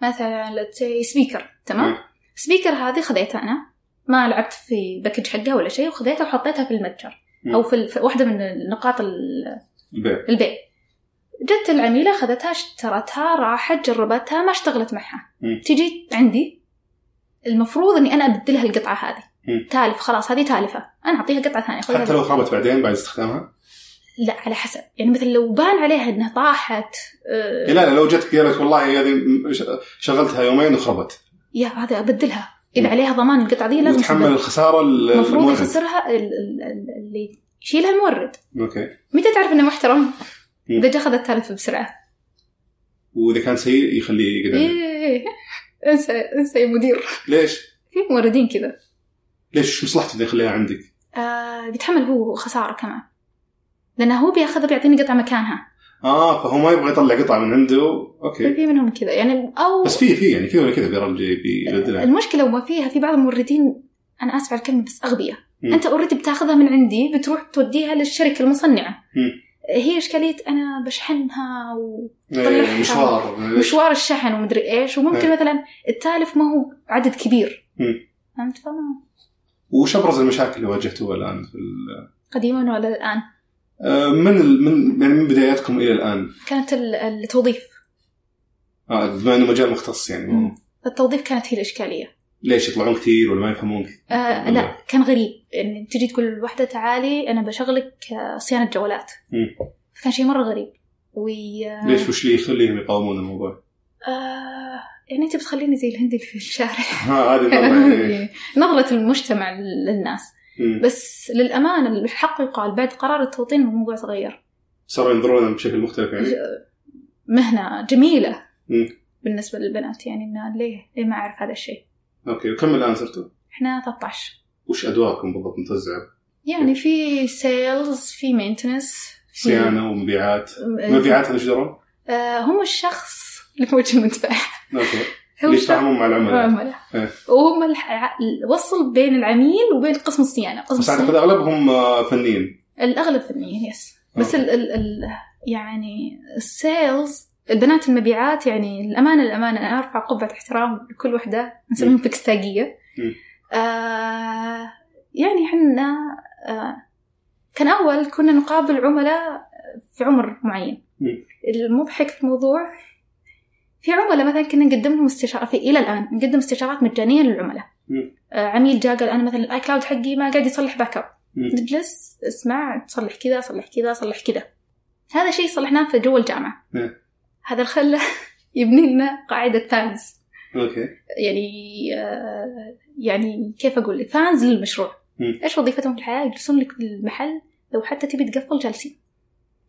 Speaker 3: مثلا تسي سبيكر تمام
Speaker 2: مم.
Speaker 3: سبيكر هذه خذيتها انا ما لعبت في باكج حقها ولا شيء وخذيتها وحطيتها في المتجر
Speaker 2: مم.
Speaker 3: او في الف- واحده من نقاط ال-
Speaker 2: البيع
Speaker 3: البيع جت العميله اخذتها اشترتها راحت جربتها ما اشتغلت معها
Speaker 2: مم.
Speaker 3: تجي عندي المفروض اني انا ابدلها القطعه هذه
Speaker 2: مم.
Speaker 3: تالف خلاص هذه تالفه انا اعطيها قطعه ثانيه خذها
Speaker 2: حتى لو خابت بعدين بعد استخدامها
Speaker 3: لا على حسب يعني مثلا لو بان عليها انها طاحت آه،
Speaker 2: إيه لا لا لو جتك قالت والله هذه م- ش- شغلتها يومين وخربت
Speaker 3: يا هذا ابدلها
Speaker 2: مم.
Speaker 3: اذا عليها ضمان القطعه دي إيه، لازم
Speaker 2: وتحمل
Speaker 3: أسدلها.
Speaker 2: الخساره ال-
Speaker 3: المفروض
Speaker 2: المورد.
Speaker 3: يخسرها ال- ال- ال- اللي يشيلها المورد
Speaker 2: اوكي
Speaker 3: متى تعرف انه محترم
Speaker 2: مم.
Speaker 3: اذا جا اخذ التالف بسرعه
Speaker 2: واذا كان سيء يخليه يقدر
Speaker 3: إيه. انسى انسى يا مدير
Speaker 2: ليش؟
Speaker 3: في موردين كذا
Speaker 2: ليش شو مصلحته اللي يخليها عندك؟
Speaker 3: آه بيتحمل هو خساره كمان لانه هو بياخذها بيعطيني قطعه مكانها
Speaker 2: اه فهو ما يبغى يطلع قطعه من عنده اوكي
Speaker 3: في منهم كذا يعني او
Speaker 2: بس في في يعني في ولا كذا بيرجع بيبدلها
Speaker 3: المشكله وما فيها في بعض الموردين انا اسف على الكلمه بس اغبياء
Speaker 2: مم.
Speaker 3: انت اوريدي بتاخذها من عندي بتروح توديها للشركه المصنعه
Speaker 2: مم.
Speaker 3: هي اشكاليه انا بشحنها و...
Speaker 2: إيه، مشوار
Speaker 3: مشوار الشحن ومدري ايش وممكن
Speaker 2: إيه.
Speaker 3: مثلا التالف ما هو عدد كبير
Speaker 2: مم.
Speaker 3: فهمت فما
Speaker 2: وش ابرز المشاكل اللي واجهتوها الان في ال-
Speaker 3: قديما ولا الان
Speaker 2: آه، من ال- من يعني من بداياتكم الى الان
Speaker 3: كانت ال- التوظيف
Speaker 2: آه، بما انه مجال مختص يعني مو-
Speaker 3: مم. التوظيف كانت هي الاشكاليه
Speaker 2: ليش يطلعون كثير ولا ما يفهمون
Speaker 3: آه
Speaker 2: مم.
Speaker 3: لا كان غريب يعني تجي تقول للوحده تعالي انا بشغلك آه، صيانه جوالات
Speaker 2: مم.
Speaker 3: كان شيء مره غريب وي آه،
Speaker 2: ليش وش اللي يخليهم يقاومون الموضوع؟
Speaker 3: آه، يعني انت بتخليني زي الهندي في الشارع
Speaker 2: ها، هذه النظرة يعني.
Speaker 3: نظره المجتمع للناس
Speaker 2: مم.
Speaker 3: بس للامانه الحق يقال بعد قرار التوطين الموضوع تغير
Speaker 2: صاروا ينظرون لهم بشكل مختلف يعني
Speaker 3: مهنة جميلة
Speaker 2: مم.
Speaker 3: بالنسبة للبنات يعني إنه ليه ليه ما أعرف هذا الشيء
Speaker 2: اوكي وكم الان صرتوا؟
Speaker 3: إحنا 13
Speaker 2: وش ادواركم بالضبط متوزعه؟
Speaker 3: يعني في سيلز في مينتنس
Speaker 2: صيانه ومبيعات
Speaker 3: أيوة.
Speaker 2: مبيعات هذا ايش يدرون؟
Speaker 3: آه هم الشخص اللي في وجه المدفع
Speaker 2: اوكي
Speaker 3: هو
Speaker 2: اللي
Speaker 3: الشخص
Speaker 2: يتفاهمون مع العملاء
Speaker 3: عملاء.
Speaker 2: إيه.
Speaker 3: وهم الح- وصل بين العميل وبين قسم الصيانة قسم
Speaker 2: بس
Speaker 3: الصيانة
Speaker 2: اعتقد اغلبهم آه، فنيين
Speaker 3: الأغلب فنيين يس بس
Speaker 2: أوكي.
Speaker 3: ال ال ال يعني السيلز البنات المبيعات يعني الأمانة الأمانة أنا أرفع قبعة احترام لكل وحدة نسميهم بكستاقية
Speaker 2: مم.
Speaker 3: آه يعني حنا آه كان أول كنا نقابل عملاء في عمر معين
Speaker 2: مم.
Speaker 3: المضحك في الموضوع في عملاء مثلا كنا نقدم لهم استشارة في إلى الآن نقدم استشارات مجانية للعملاء
Speaker 2: مم.
Speaker 3: آه عميل جاء قال أنا مثلا الآي كلاود حقي ما قاعد يصلح باك اب
Speaker 2: مم.
Speaker 3: نجلس اسمع تصلح كذا صلح كذا صلح كذا هذا شيء صلحناه في جوا الجامعة
Speaker 2: إيه.
Speaker 3: هذا الخلى يبني لنا قاعدة فانز
Speaker 2: اوكي
Speaker 3: يعني آه، يعني كيف أقول لك فانز للمشروع
Speaker 2: مم.
Speaker 3: إيش وظيفتهم في الحياة يجلسون لك المحل لو حتى تبي تقفل جالسين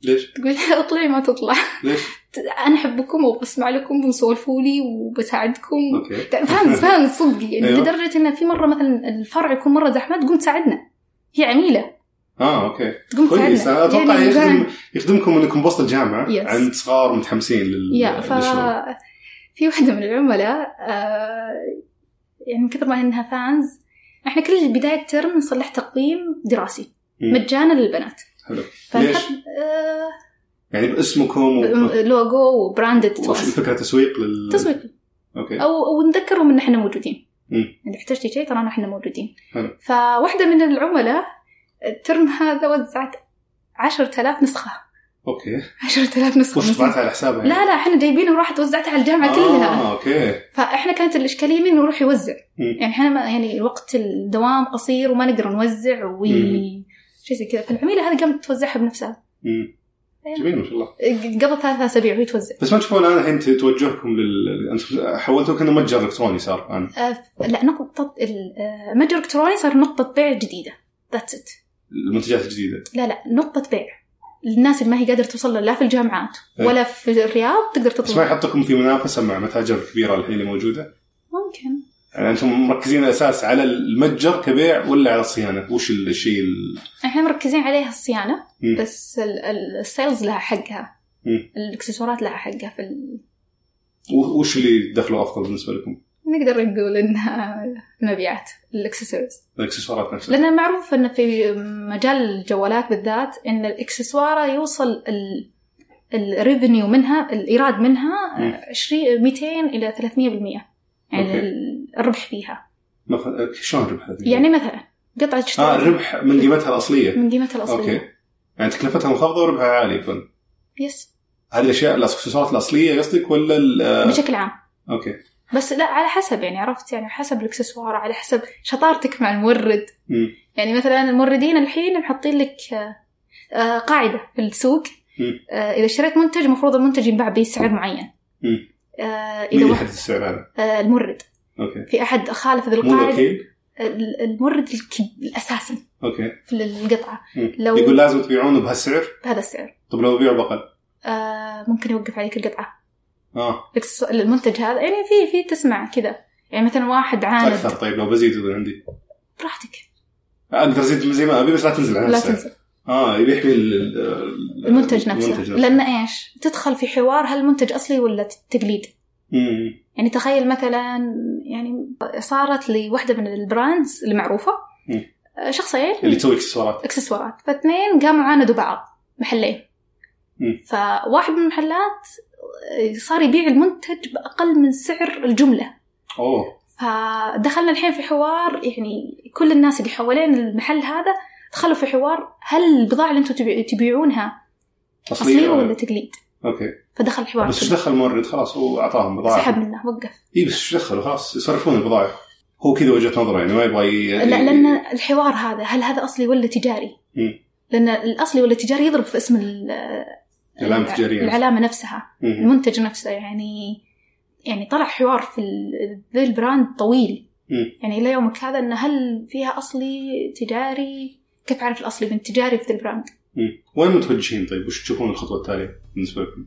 Speaker 2: ليش؟
Speaker 3: تقول اطلعي ما تطلع
Speaker 2: ليش؟
Speaker 3: أنا أحبكم وبسمع لكم وبسولفوا لي وبساعدكم
Speaker 2: اوكي
Speaker 3: فانز فانز صدق يعني
Speaker 2: أيوة.
Speaker 3: لدرجة إن في مرة مثلا الفرع يكون مرة زحمة تقوم تساعدنا هي عميلة
Speaker 2: اه اوكي
Speaker 3: تقوم تساعدنا
Speaker 2: كويس أنا اتوقع
Speaker 3: يعني فعلاً.
Speaker 2: يخدم يخدمكم انكم بوسط الجامعه
Speaker 3: Yes.
Speaker 2: عند صغار متحمسين لل-
Speaker 3: يا ف
Speaker 2: للشغل
Speaker 3: في واحدة من العملاء آه، يعني من كثر ما انها فانز احنا كل بداية ترم نصلح تقويم دراسي
Speaker 2: مم.
Speaker 3: مجانا للبنات
Speaker 2: حلو. ليش؟
Speaker 3: فنحط آه،
Speaker 2: يعني باسمكم
Speaker 3: ب-
Speaker 2: و-
Speaker 3: لوجو وبراندد تو
Speaker 2: وش
Speaker 3: أس.
Speaker 2: الفكره تسويق لل
Speaker 3: تسويقي
Speaker 2: اوكي
Speaker 3: او او نذكرهم ان احنا موجودين
Speaker 2: مم.
Speaker 3: اذا احتجتي شيء ترانا احنا موجودين
Speaker 2: حلو.
Speaker 3: فواحدة من العملاء الترم هذا وزعت 10000 نسخة
Speaker 2: اوكي
Speaker 3: 10000 نسخة
Speaker 2: وش طبعتها على حسابها يعني؟
Speaker 3: لا لا احنا جايبينها وراحت وزعتها على الجامعة كلها
Speaker 2: اه اوكي
Speaker 3: فاحنا كانت الاشكاليه منه يروح يوزع
Speaker 2: مم.
Speaker 3: يعني احنا ما يعني الوقت الدوام قصير وما نقدر نوزع و
Speaker 2: مم.
Speaker 3: شيء زي كذا فالعميله هذه قامت توزعها بنفسها
Speaker 2: مم.
Speaker 3: أيوة.
Speaker 2: جميل ما شاء الله
Speaker 3: قبل ثلاثة اسابيع وهي توزع
Speaker 2: بس ما تشوفون الان الحين توجهكم لل انتم حولتوه كانه متجر الكتروني صار الان
Speaker 3: آه، لا نقطه ال- آه، متجر الكتروني صار نقطه بيع جديده ذاتس ات
Speaker 2: المنتجات الجديده
Speaker 3: لا لا نقطه بيع الناس اللي ما هي قادره توصل لها لا في الجامعات
Speaker 2: إيه.
Speaker 3: ولا في الرياض تقدر
Speaker 2: بس ما
Speaker 3: تطلع
Speaker 2: يحطكم في منافسه مع متاجر كبيره الحين اللي موجوده
Speaker 3: ممكن
Speaker 2: يعني انتم مركزين الاساس على المتجر كبيع ولا على الصيانه وش الشيء ال...
Speaker 3: احنا مركزين عليها الصيانه
Speaker 2: مم.
Speaker 3: بس ال- ال- السيلز لها حقها
Speaker 2: مم.
Speaker 3: الاكسسوارات لها حقها في ال-
Speaker 2: و- وش اللي دخله افضل بالنسبه لكم
Speaker 3: نقدر نقول انها المبيعات الاكسسوارز
Speaker 2: الاكسسوارات نفسها
Speaker 3: لان معروف ان في مجال الجوالات بالذات ان الاكسسوار يوصل الريفنيو منها الايراد منها
Speaker 2: مم.
Speaker 3: 20 200 الى 300% يعني
Speaker 2: أوكي.
Speaker 3: ال- الربح فيها
Speaker 2: مثلا شلون الربح هذه؟
Speaker 3: يعني مثلا قطعه
Speaker 2: اه
Speaker 3: اشتراك
Speaker 2: الربح من قيمتها الاصليه
Speaker 3: من قيمتها الاصليه
Speaker 2: اوكي يعني تكلفتها منخفضه وربحها عالي يكون
Speaker 3: يس
Speaker 2: هذه الاشياء الاكسسوارات الاصليه قصدك ولا ال- آه،
Speaker 3: بشكل عام
Speaker 2: اوكي
Speaker 3: بس لا على حسب يعني عرفت يعني حسب الاكسسوار على حسب شطارتك مع المورد
Speaker 2: مم.
Speaker 3: يعني مثلا الموردين الحين محطين لك آه، آه، قاعدة في السوق
Speaker 2: مم.
Speaker 3: آه، إذا اشتريت منتج المفروض المنتج ينباع بسعر معين
Speaker 2: مم.
Speaker 3: آه،
Speaker 2: مين
Speaker 3: إذا
Speaker 2: اللي
Speaker 3: واحد
Speaker 2: يحدد السعر هذا؟
Speaker 3: آه، المورد
Speaker 2: اوكي
Speaker 3: في أحد خالف هذه
Speaker 2: مو
Speaker 3: القاعدة آه،
Speaker 2: الوكيل؟
Speaker 3: ال- المورد الكب- الأساسي
Speaker 2: اوكي
Speaker 3: في القطعة
Speaker 2: مم.
Speaker 3: لو-
Speaker 2: يقول لازم تبيعونه بهالسعر
Speaker 3: بهذا السعر
Speaker 2: طب لو بيعوا بقل
Speaker 3: آه، ممكن يوقف عليك القطعة
Speaker 2: اه
Speaker 3: الإكسس- المنتج هذا يعني في في تسمع كذا يعني مثلا واحد عاند
Speaker 2: اكثر طيب لو بزيد يقول عندي
Speaker 3: براحتك
Speaker 2: اقدر ازيد زي ما ابي بس لا تنزل عن
Speaker 3: لا
Speaker 2: السعر
Speaker 3: تنسى
Speaker 2: اه يبي يحمي ال- ال- ال-
Speaker 3: المنتج نفسه
Speaker 2: المنتج
Speaker 3: لأن إيش تدخل في حوار هل المنتج أصلي ولا تقليد
Speaker 2: مم.
Speaker 3: يعني تخيل مثلا يعني صارت لوحدة من البراندز المعروفة
Speaker 2: مم.
Speaker 3: آه، شخصين
Speaker 2: اللي تسوي اكسسوارات
Speaker 3: اكسسوارات فاثنين قاموا عاندوا بعض محلين
Speaker 2: مم.
Speaker 3: فواحد من المحلات آه، صار يبيع المنتج بأقل من سعر الجملة
Speaker 2: اوه
Speaker 3: فدخلنا الحين في حوار يعني كل الناس اللي حوالين المحل هذا دخلوا في حوار هل البضاعة اللي انتم تبي- تبيعونها أصلية ولا تقليد
Speaker 2: اوكي
Speaker 3: فدخل الحوار
Speaker 2: بس ايش
Speaker 3: كله.
Speaker 2: دخل المورد خلاص هو اعطاهم بضاعه
Speaker 3: سحب منه وقف
Speaker 2: اي بس ايش دخل خلاص يصرفون البضاعه هو كذا وجهه نظره يعني ما يبغى ي...
Speaker 3: لا لان الحوار هذا هل هذا اصلي ولا تجاري؟
Speaker 2: مم.
Speaker 3: لان الاصلي ولا التجاري يضرب في اسم ال-
Speaker 2: علامة تجارية.
Speaker 3: العلامه نفسها
Speaker 2: مم.
Speaker 3: المنتج نفسه يعني يعني طلع حوار في ال- ذي البراند طويل
Speaker 2: مم.
Speaker 3: يعني الى يومك هذا انه هل فيها اصلي تجاري كيف اعرف الاصلي من تجاري في ذي البراند؟
Speaker 2: مم. وين متوجهين طيب وش تشوفون الخطوه التاليه بالنسبه لكم؟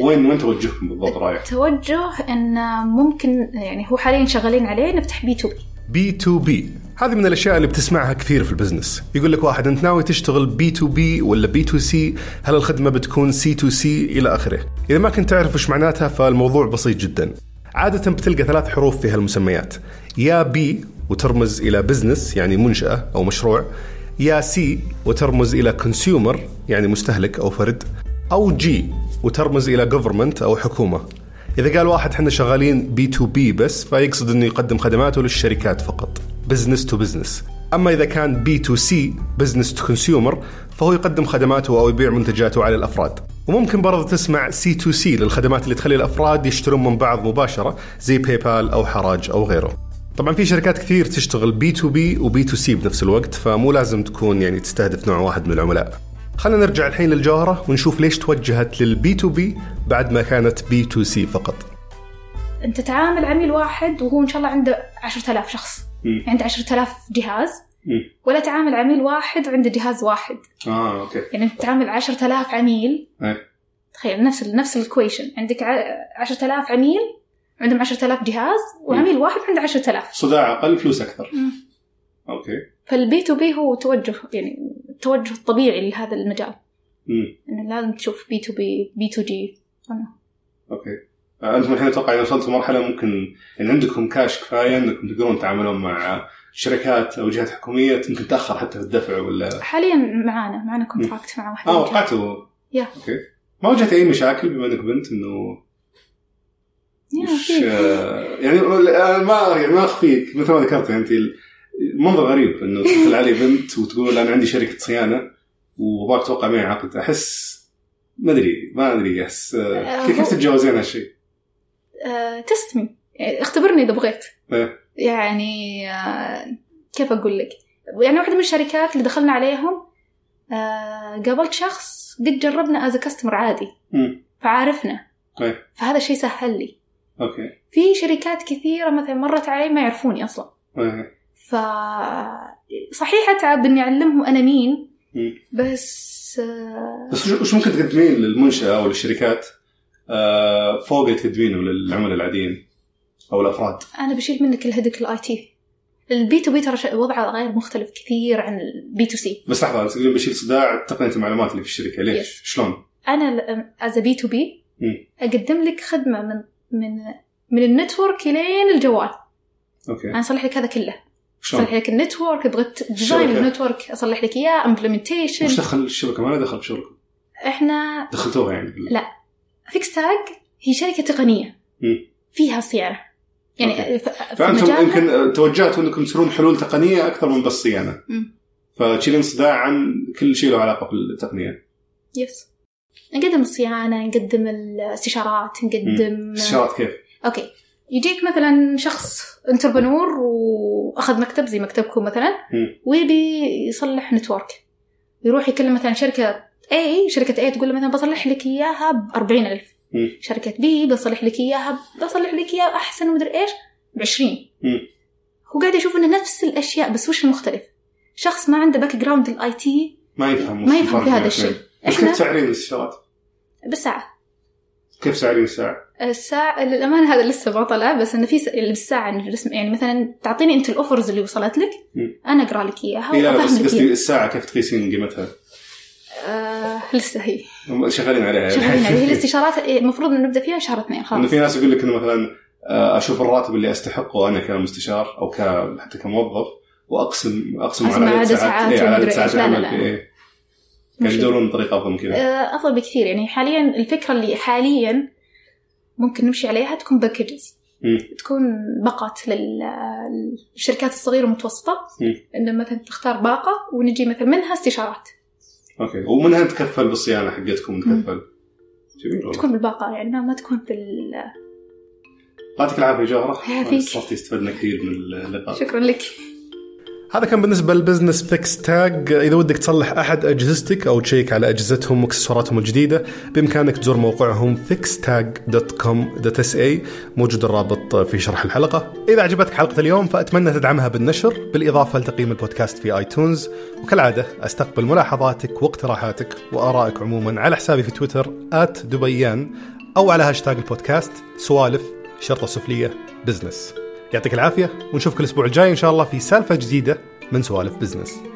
Speaker 2: وين وين توجهكم بالضبط رايح؟
Speaker 3: توجه انه ممكن يعني هو حاليا شغالين عليه نفتح بي تو بي
Speaker 4: بي تو بي هذه من الاشياء اللي بتسمعها كثير في البزنس يقول لك واحد انت ناوي تشتغل بي تو بي ولا بي تو سي هل الخدمه بتكون سي تو سي الى اخره اذا ما كنت تعرف وش معناتها فالموضوع بسيط جدا عاده بتلقى ثلاث حروف في هالمسميات يا بي وترمز الى بزنس يعني منشاه او مشروع يا سي وترمز الى كونسيومر يعني مستهلك او فرد او جي وترمز الى جفرمنت او حكومه إذا قال واحد احنا شغالين بي تو بي بس فيقصد انه يقدم خدماته للشركات فقط بزنس تو بزنس أما إذا كان بي تو سي بزنس تو كونسيومر فهو يقدم خدماته أو يبيع منتجاته على الأفراد وممكن برضه تسمع سي تو سي للخدمات اللي تخلي الأفراد يشترون من بعض مباشرة زي باي بال أو حراج أو غيره طبعا في شركات كثير تشتغل بي تو بي وبي تو سي بنفس الوقت فمو لازم تكون يعني تستهدف نوع واحد من العملاء خلينا نرجع الحين للجوهرة ونشوف ليش توجهت للبي تو بي بعد ما كانت بي تو سي فقط
Speaker 3: انت تعامل عميل واحد وهو ان شاء الله عنده 10000 شخص
Speaker 2: مم.
Speaker 3: عنده 10000 جهاز
Speaker 2: مم.
Speaker 3: ولا تعامل عميل واحد وعنده جهاز واحد
Speaker 2: اه اوكي
Speaker 3: يعني انت تعامل 10000 عميل
Speaker 2: إيه.
Speaker 3: تخيل نفس ال- نفس الاكويشن عندك ع- 10000 عميل عندهم 10000 جهاز وعميل واحد عنده 10000
Speaker 2: صداع اقل فلوس اكثر
Speaker 3: مم.
Speaker 2: اوكي
Speaker 3: فالبي تو بي هو توجه يعني التوجه الطبيعي لهذا المجال
Speaker 2: مم.
Speaker 3: انه لازم تشوف بي تو بي بي تو جي
Speaker 2: اوكي آه، انتم الحين اتوقع إذا وصلتوا مرحله ممكن يعني عندكم كاش كفايه انكم تقدرون تتعاملون مع شركات او جهات حكوميه يمكن تاخر حتى في الدفع ولا
Speaker 3: حاليا معانا معانا كونتراكت مع واحد
Speaker 2: اه
Speaker 3: من جهة.
Speaker 2: وقعتوا
Speaker 3: يا.
Speaker 2: اوكي ما واجهت اي مشاكل بما انك بنت انه
Speaker 3: يا،
Speaker 2: وش-
Speaker 3: في-
Speaker 2: آه، يعني أنا ما يعني ما اخفيك مثل ما ذكرت انت ال- المنظر غريب انه تدخل علي بنت وتقول انا عندي شركه صيانه وابغاك توقع معي عقد احس ما ادري ما ادري احس آه، كيف كيف تتجاوزين هالشيء؟
Speaker 3: آه، تست مي يعني اختبرني اذا بغيت
Speaker 2: إيه.
Speaker 3: يعني آه، كيف اقول لك يعني واحده من الشركات اللي دخلنا عليهم آه، قابلت شخص قد جربنا از كاستمر عادي
Speaker 2: مم.
Speaker 3: فعارفنا
Speaker 2: إيه.
Speaker 3: فهذا الشيء سهل لي
Speaker 2: اوكي
Speaker 3: في شركات كثيره مثلا مرت علي ما يعرفوني اصلا
Speaker 2: إيه.
Speaker 3: ف صحيح اتعب اني اعلمهم انا مين
Speaker 2: مم.
Speaker 3: بس آه،
Speaker 2: بس وش- وش ممكن تقدمين للمنشاه او للشركات آه، فوق اللي تقدمينه للعملاء العاديين او الافراد؟
Speaker 3: انا بشيل منك الهدك الاي تي البي تو بي ترى ش- وضعه غير مختلف كثير عن البي تو سي
Speaker 2: بس لحظه انت تقولين بشيل صداع تقنيه المعلومات اللي في الشركه ليش؟
Speaker 3: Yes.
Speaker 2: شلون؟
Speaker 3: انا از بي تو بي
Speaker 2: مم.
Speaker 3: اقدم لك خدمه من من من النتورك لين الجوال
Speaker 2: اوكي
Speaker 3: انا اصلح لك هذا كله
Speaker 2: إيه. شلون؟
Speaker 3: اصلح لك النتورك بغيت ديزاين
Speaker 2: الشبكة.
Speaker 3: النتورك اصلح لك اياه امبلمنتيشن
Speaker 2: وش دخل الشبكه؟ ما لها دخل بشغلكم
Speaker 3: احنا
Speaker 2: دخلتوها يعني
Speaker 3: فيكس تاج هي شركه تقنيه
Speaker 2: مم.
Speaker 3: فيها صيانه يعني
Speaker 2: إيه. أوكي.
Speaker 3: ف- في
Speaker 2: فانتم
Speaker 3: مجالها-
Speaker 2: يمكن توجهتوا انكم تصيرون حلول تقنيه اكثر من بس صيانه
Speaker 3: مم.
Speaker 2: فتشيلين صداع عن كل شيء له علاقه
Speaker 3: نعم.
Speaker 2: بالتقنيه
Speaker 3: يس نقدم الصيانه نقدم الاستشارات نقدم
Speaker 2: استشارات كيف؟
Speaker 3: اوكي يجيك مثلا شخص انتربنور واخذ مكتب زي مكتبكم مثلا
Speaker 2: مم.
Speaker 3: ويبي يصلح نتورك يروح يكلم مثلا شركه اي شركه اي تقول له مثلا بصلح لك اياها ب 40000
Speaker 2: مم.
Speaker 3: شركه بي بصلح لك اياها ب- بصلح لك اياها احسن ومدري ايش ب 20
Speaker 2: مم.
Speaker 3: هو قاعد يشوف انه نفس الاشياء بس وش المختلف؟ شخص ما عنده باك جراوند الاي تي
Speaker 2: ما يفهم
Speaker 3: ما يفهم في
Speaker 2: يعني.
Speaker 3: هذا الشيء
Speaker 2: بس
Speaker 3: احنا
Speaker 2: كيف تعرين الاستشارات؟
Speaker 3: بالساعه
Speaker 2: كيف تعرين الساعه؟
Speaker 3: الساعة للأمانة هذا لسه ما طلع بس إنه في س- اللي بالساعة إنه الرسم- يعني مثلا تعطيني أنت الأوفرز اللي وصلت لك
Speaker 2: مم.
Speaker 3: أنا أقرأ لك إياها
Speaker 2: إيه لا بس
Speaker 3: وأفهم لك
Speaker 2: قصدي
Speaker 3: إياها
Speaker 2: الساعه كيف تقيسين قيمتها؟
Speaker 3: آه لسه هي
Speaker 2: هم شغالين عليها
Speaker 3: شغالين عليها هي الاستشارات إيه، المفروض إنه نبدأ فيها شهر اثنين
Speaker 2: انه
Speaker 3: خلاص
Speaker 2: في ناس يقول لك انه مثلا آه، اشوف الراتب اللي استحقه انا كمستشار او ك حتى كموظف واقسم اقسم
Speaker 3: أقسم
Speaker 2: على عدد
Speaker 3: عدد
Speaker 2: ساعات
Speaker 3: ساعات
Speaker 2: إيه، على عدد
Speaker 3: ومدري
Speaker 2: ساعات
Speaker 3: إيش. لا، لا،
Speaker 2: العمل
Speaker 3: لا.
Speaker 2: إيه.
Speaker 3: مش-
Speaker 2: يعني يدورون بطريقه افضل من كذا
Speaker 3: آه أفضل بكثير يعني حاليا الفكرة اللي حاليا ممكن نمشي عليها تكون باكجز
Speaker 2: مم.
Speaker 3: تكون باقات لل- للشركات الصغيرة والمتوسطة
Speaker 2: مم.
Speaker 3: إنه مثلا تختار باقة ونجي مثلا منها استشارات
Speaker 2: اوكي ومنها نتكفل بالصيانه حقتكم نتكفل جميل والله
Speaker 3: تكون بالباقة يعني ما- ما تكون بال
Speaker 2: يعطيك العافيه جوهره
Speaker 3: يعافيك.
Speaker 2: صرتي استفدنا كثير من اللقاء
Speaker 3: شكرا لك
Speaker 4: هذا كان بالنسبة للبزنس فيكس تاج إذا ودك تصلح أحد أجهزتك أو تشيك على أجهزتهم واكسسواراتهم الجديدة بإمكانك تزور موقعهم fixtag.com.sa موجود الرابط في شرح الحلقة إذا عجبتك حلقة اليوم فأتمنى تدعمها بالنشر بالإضافة لتقييم البودكاست في آيتونز وكالعادة أستقبل ملاحظاتك واقتراحاتك وآرائك عموما على حسابي في تويتر @دبيان أو على هاشتاج البودكاست سوالف شرطة سفلية بزنس يعطيك العافية ونشوفك الأسبوع الجاي إن شاء الله في سالفة جديدة من سوالف بزنس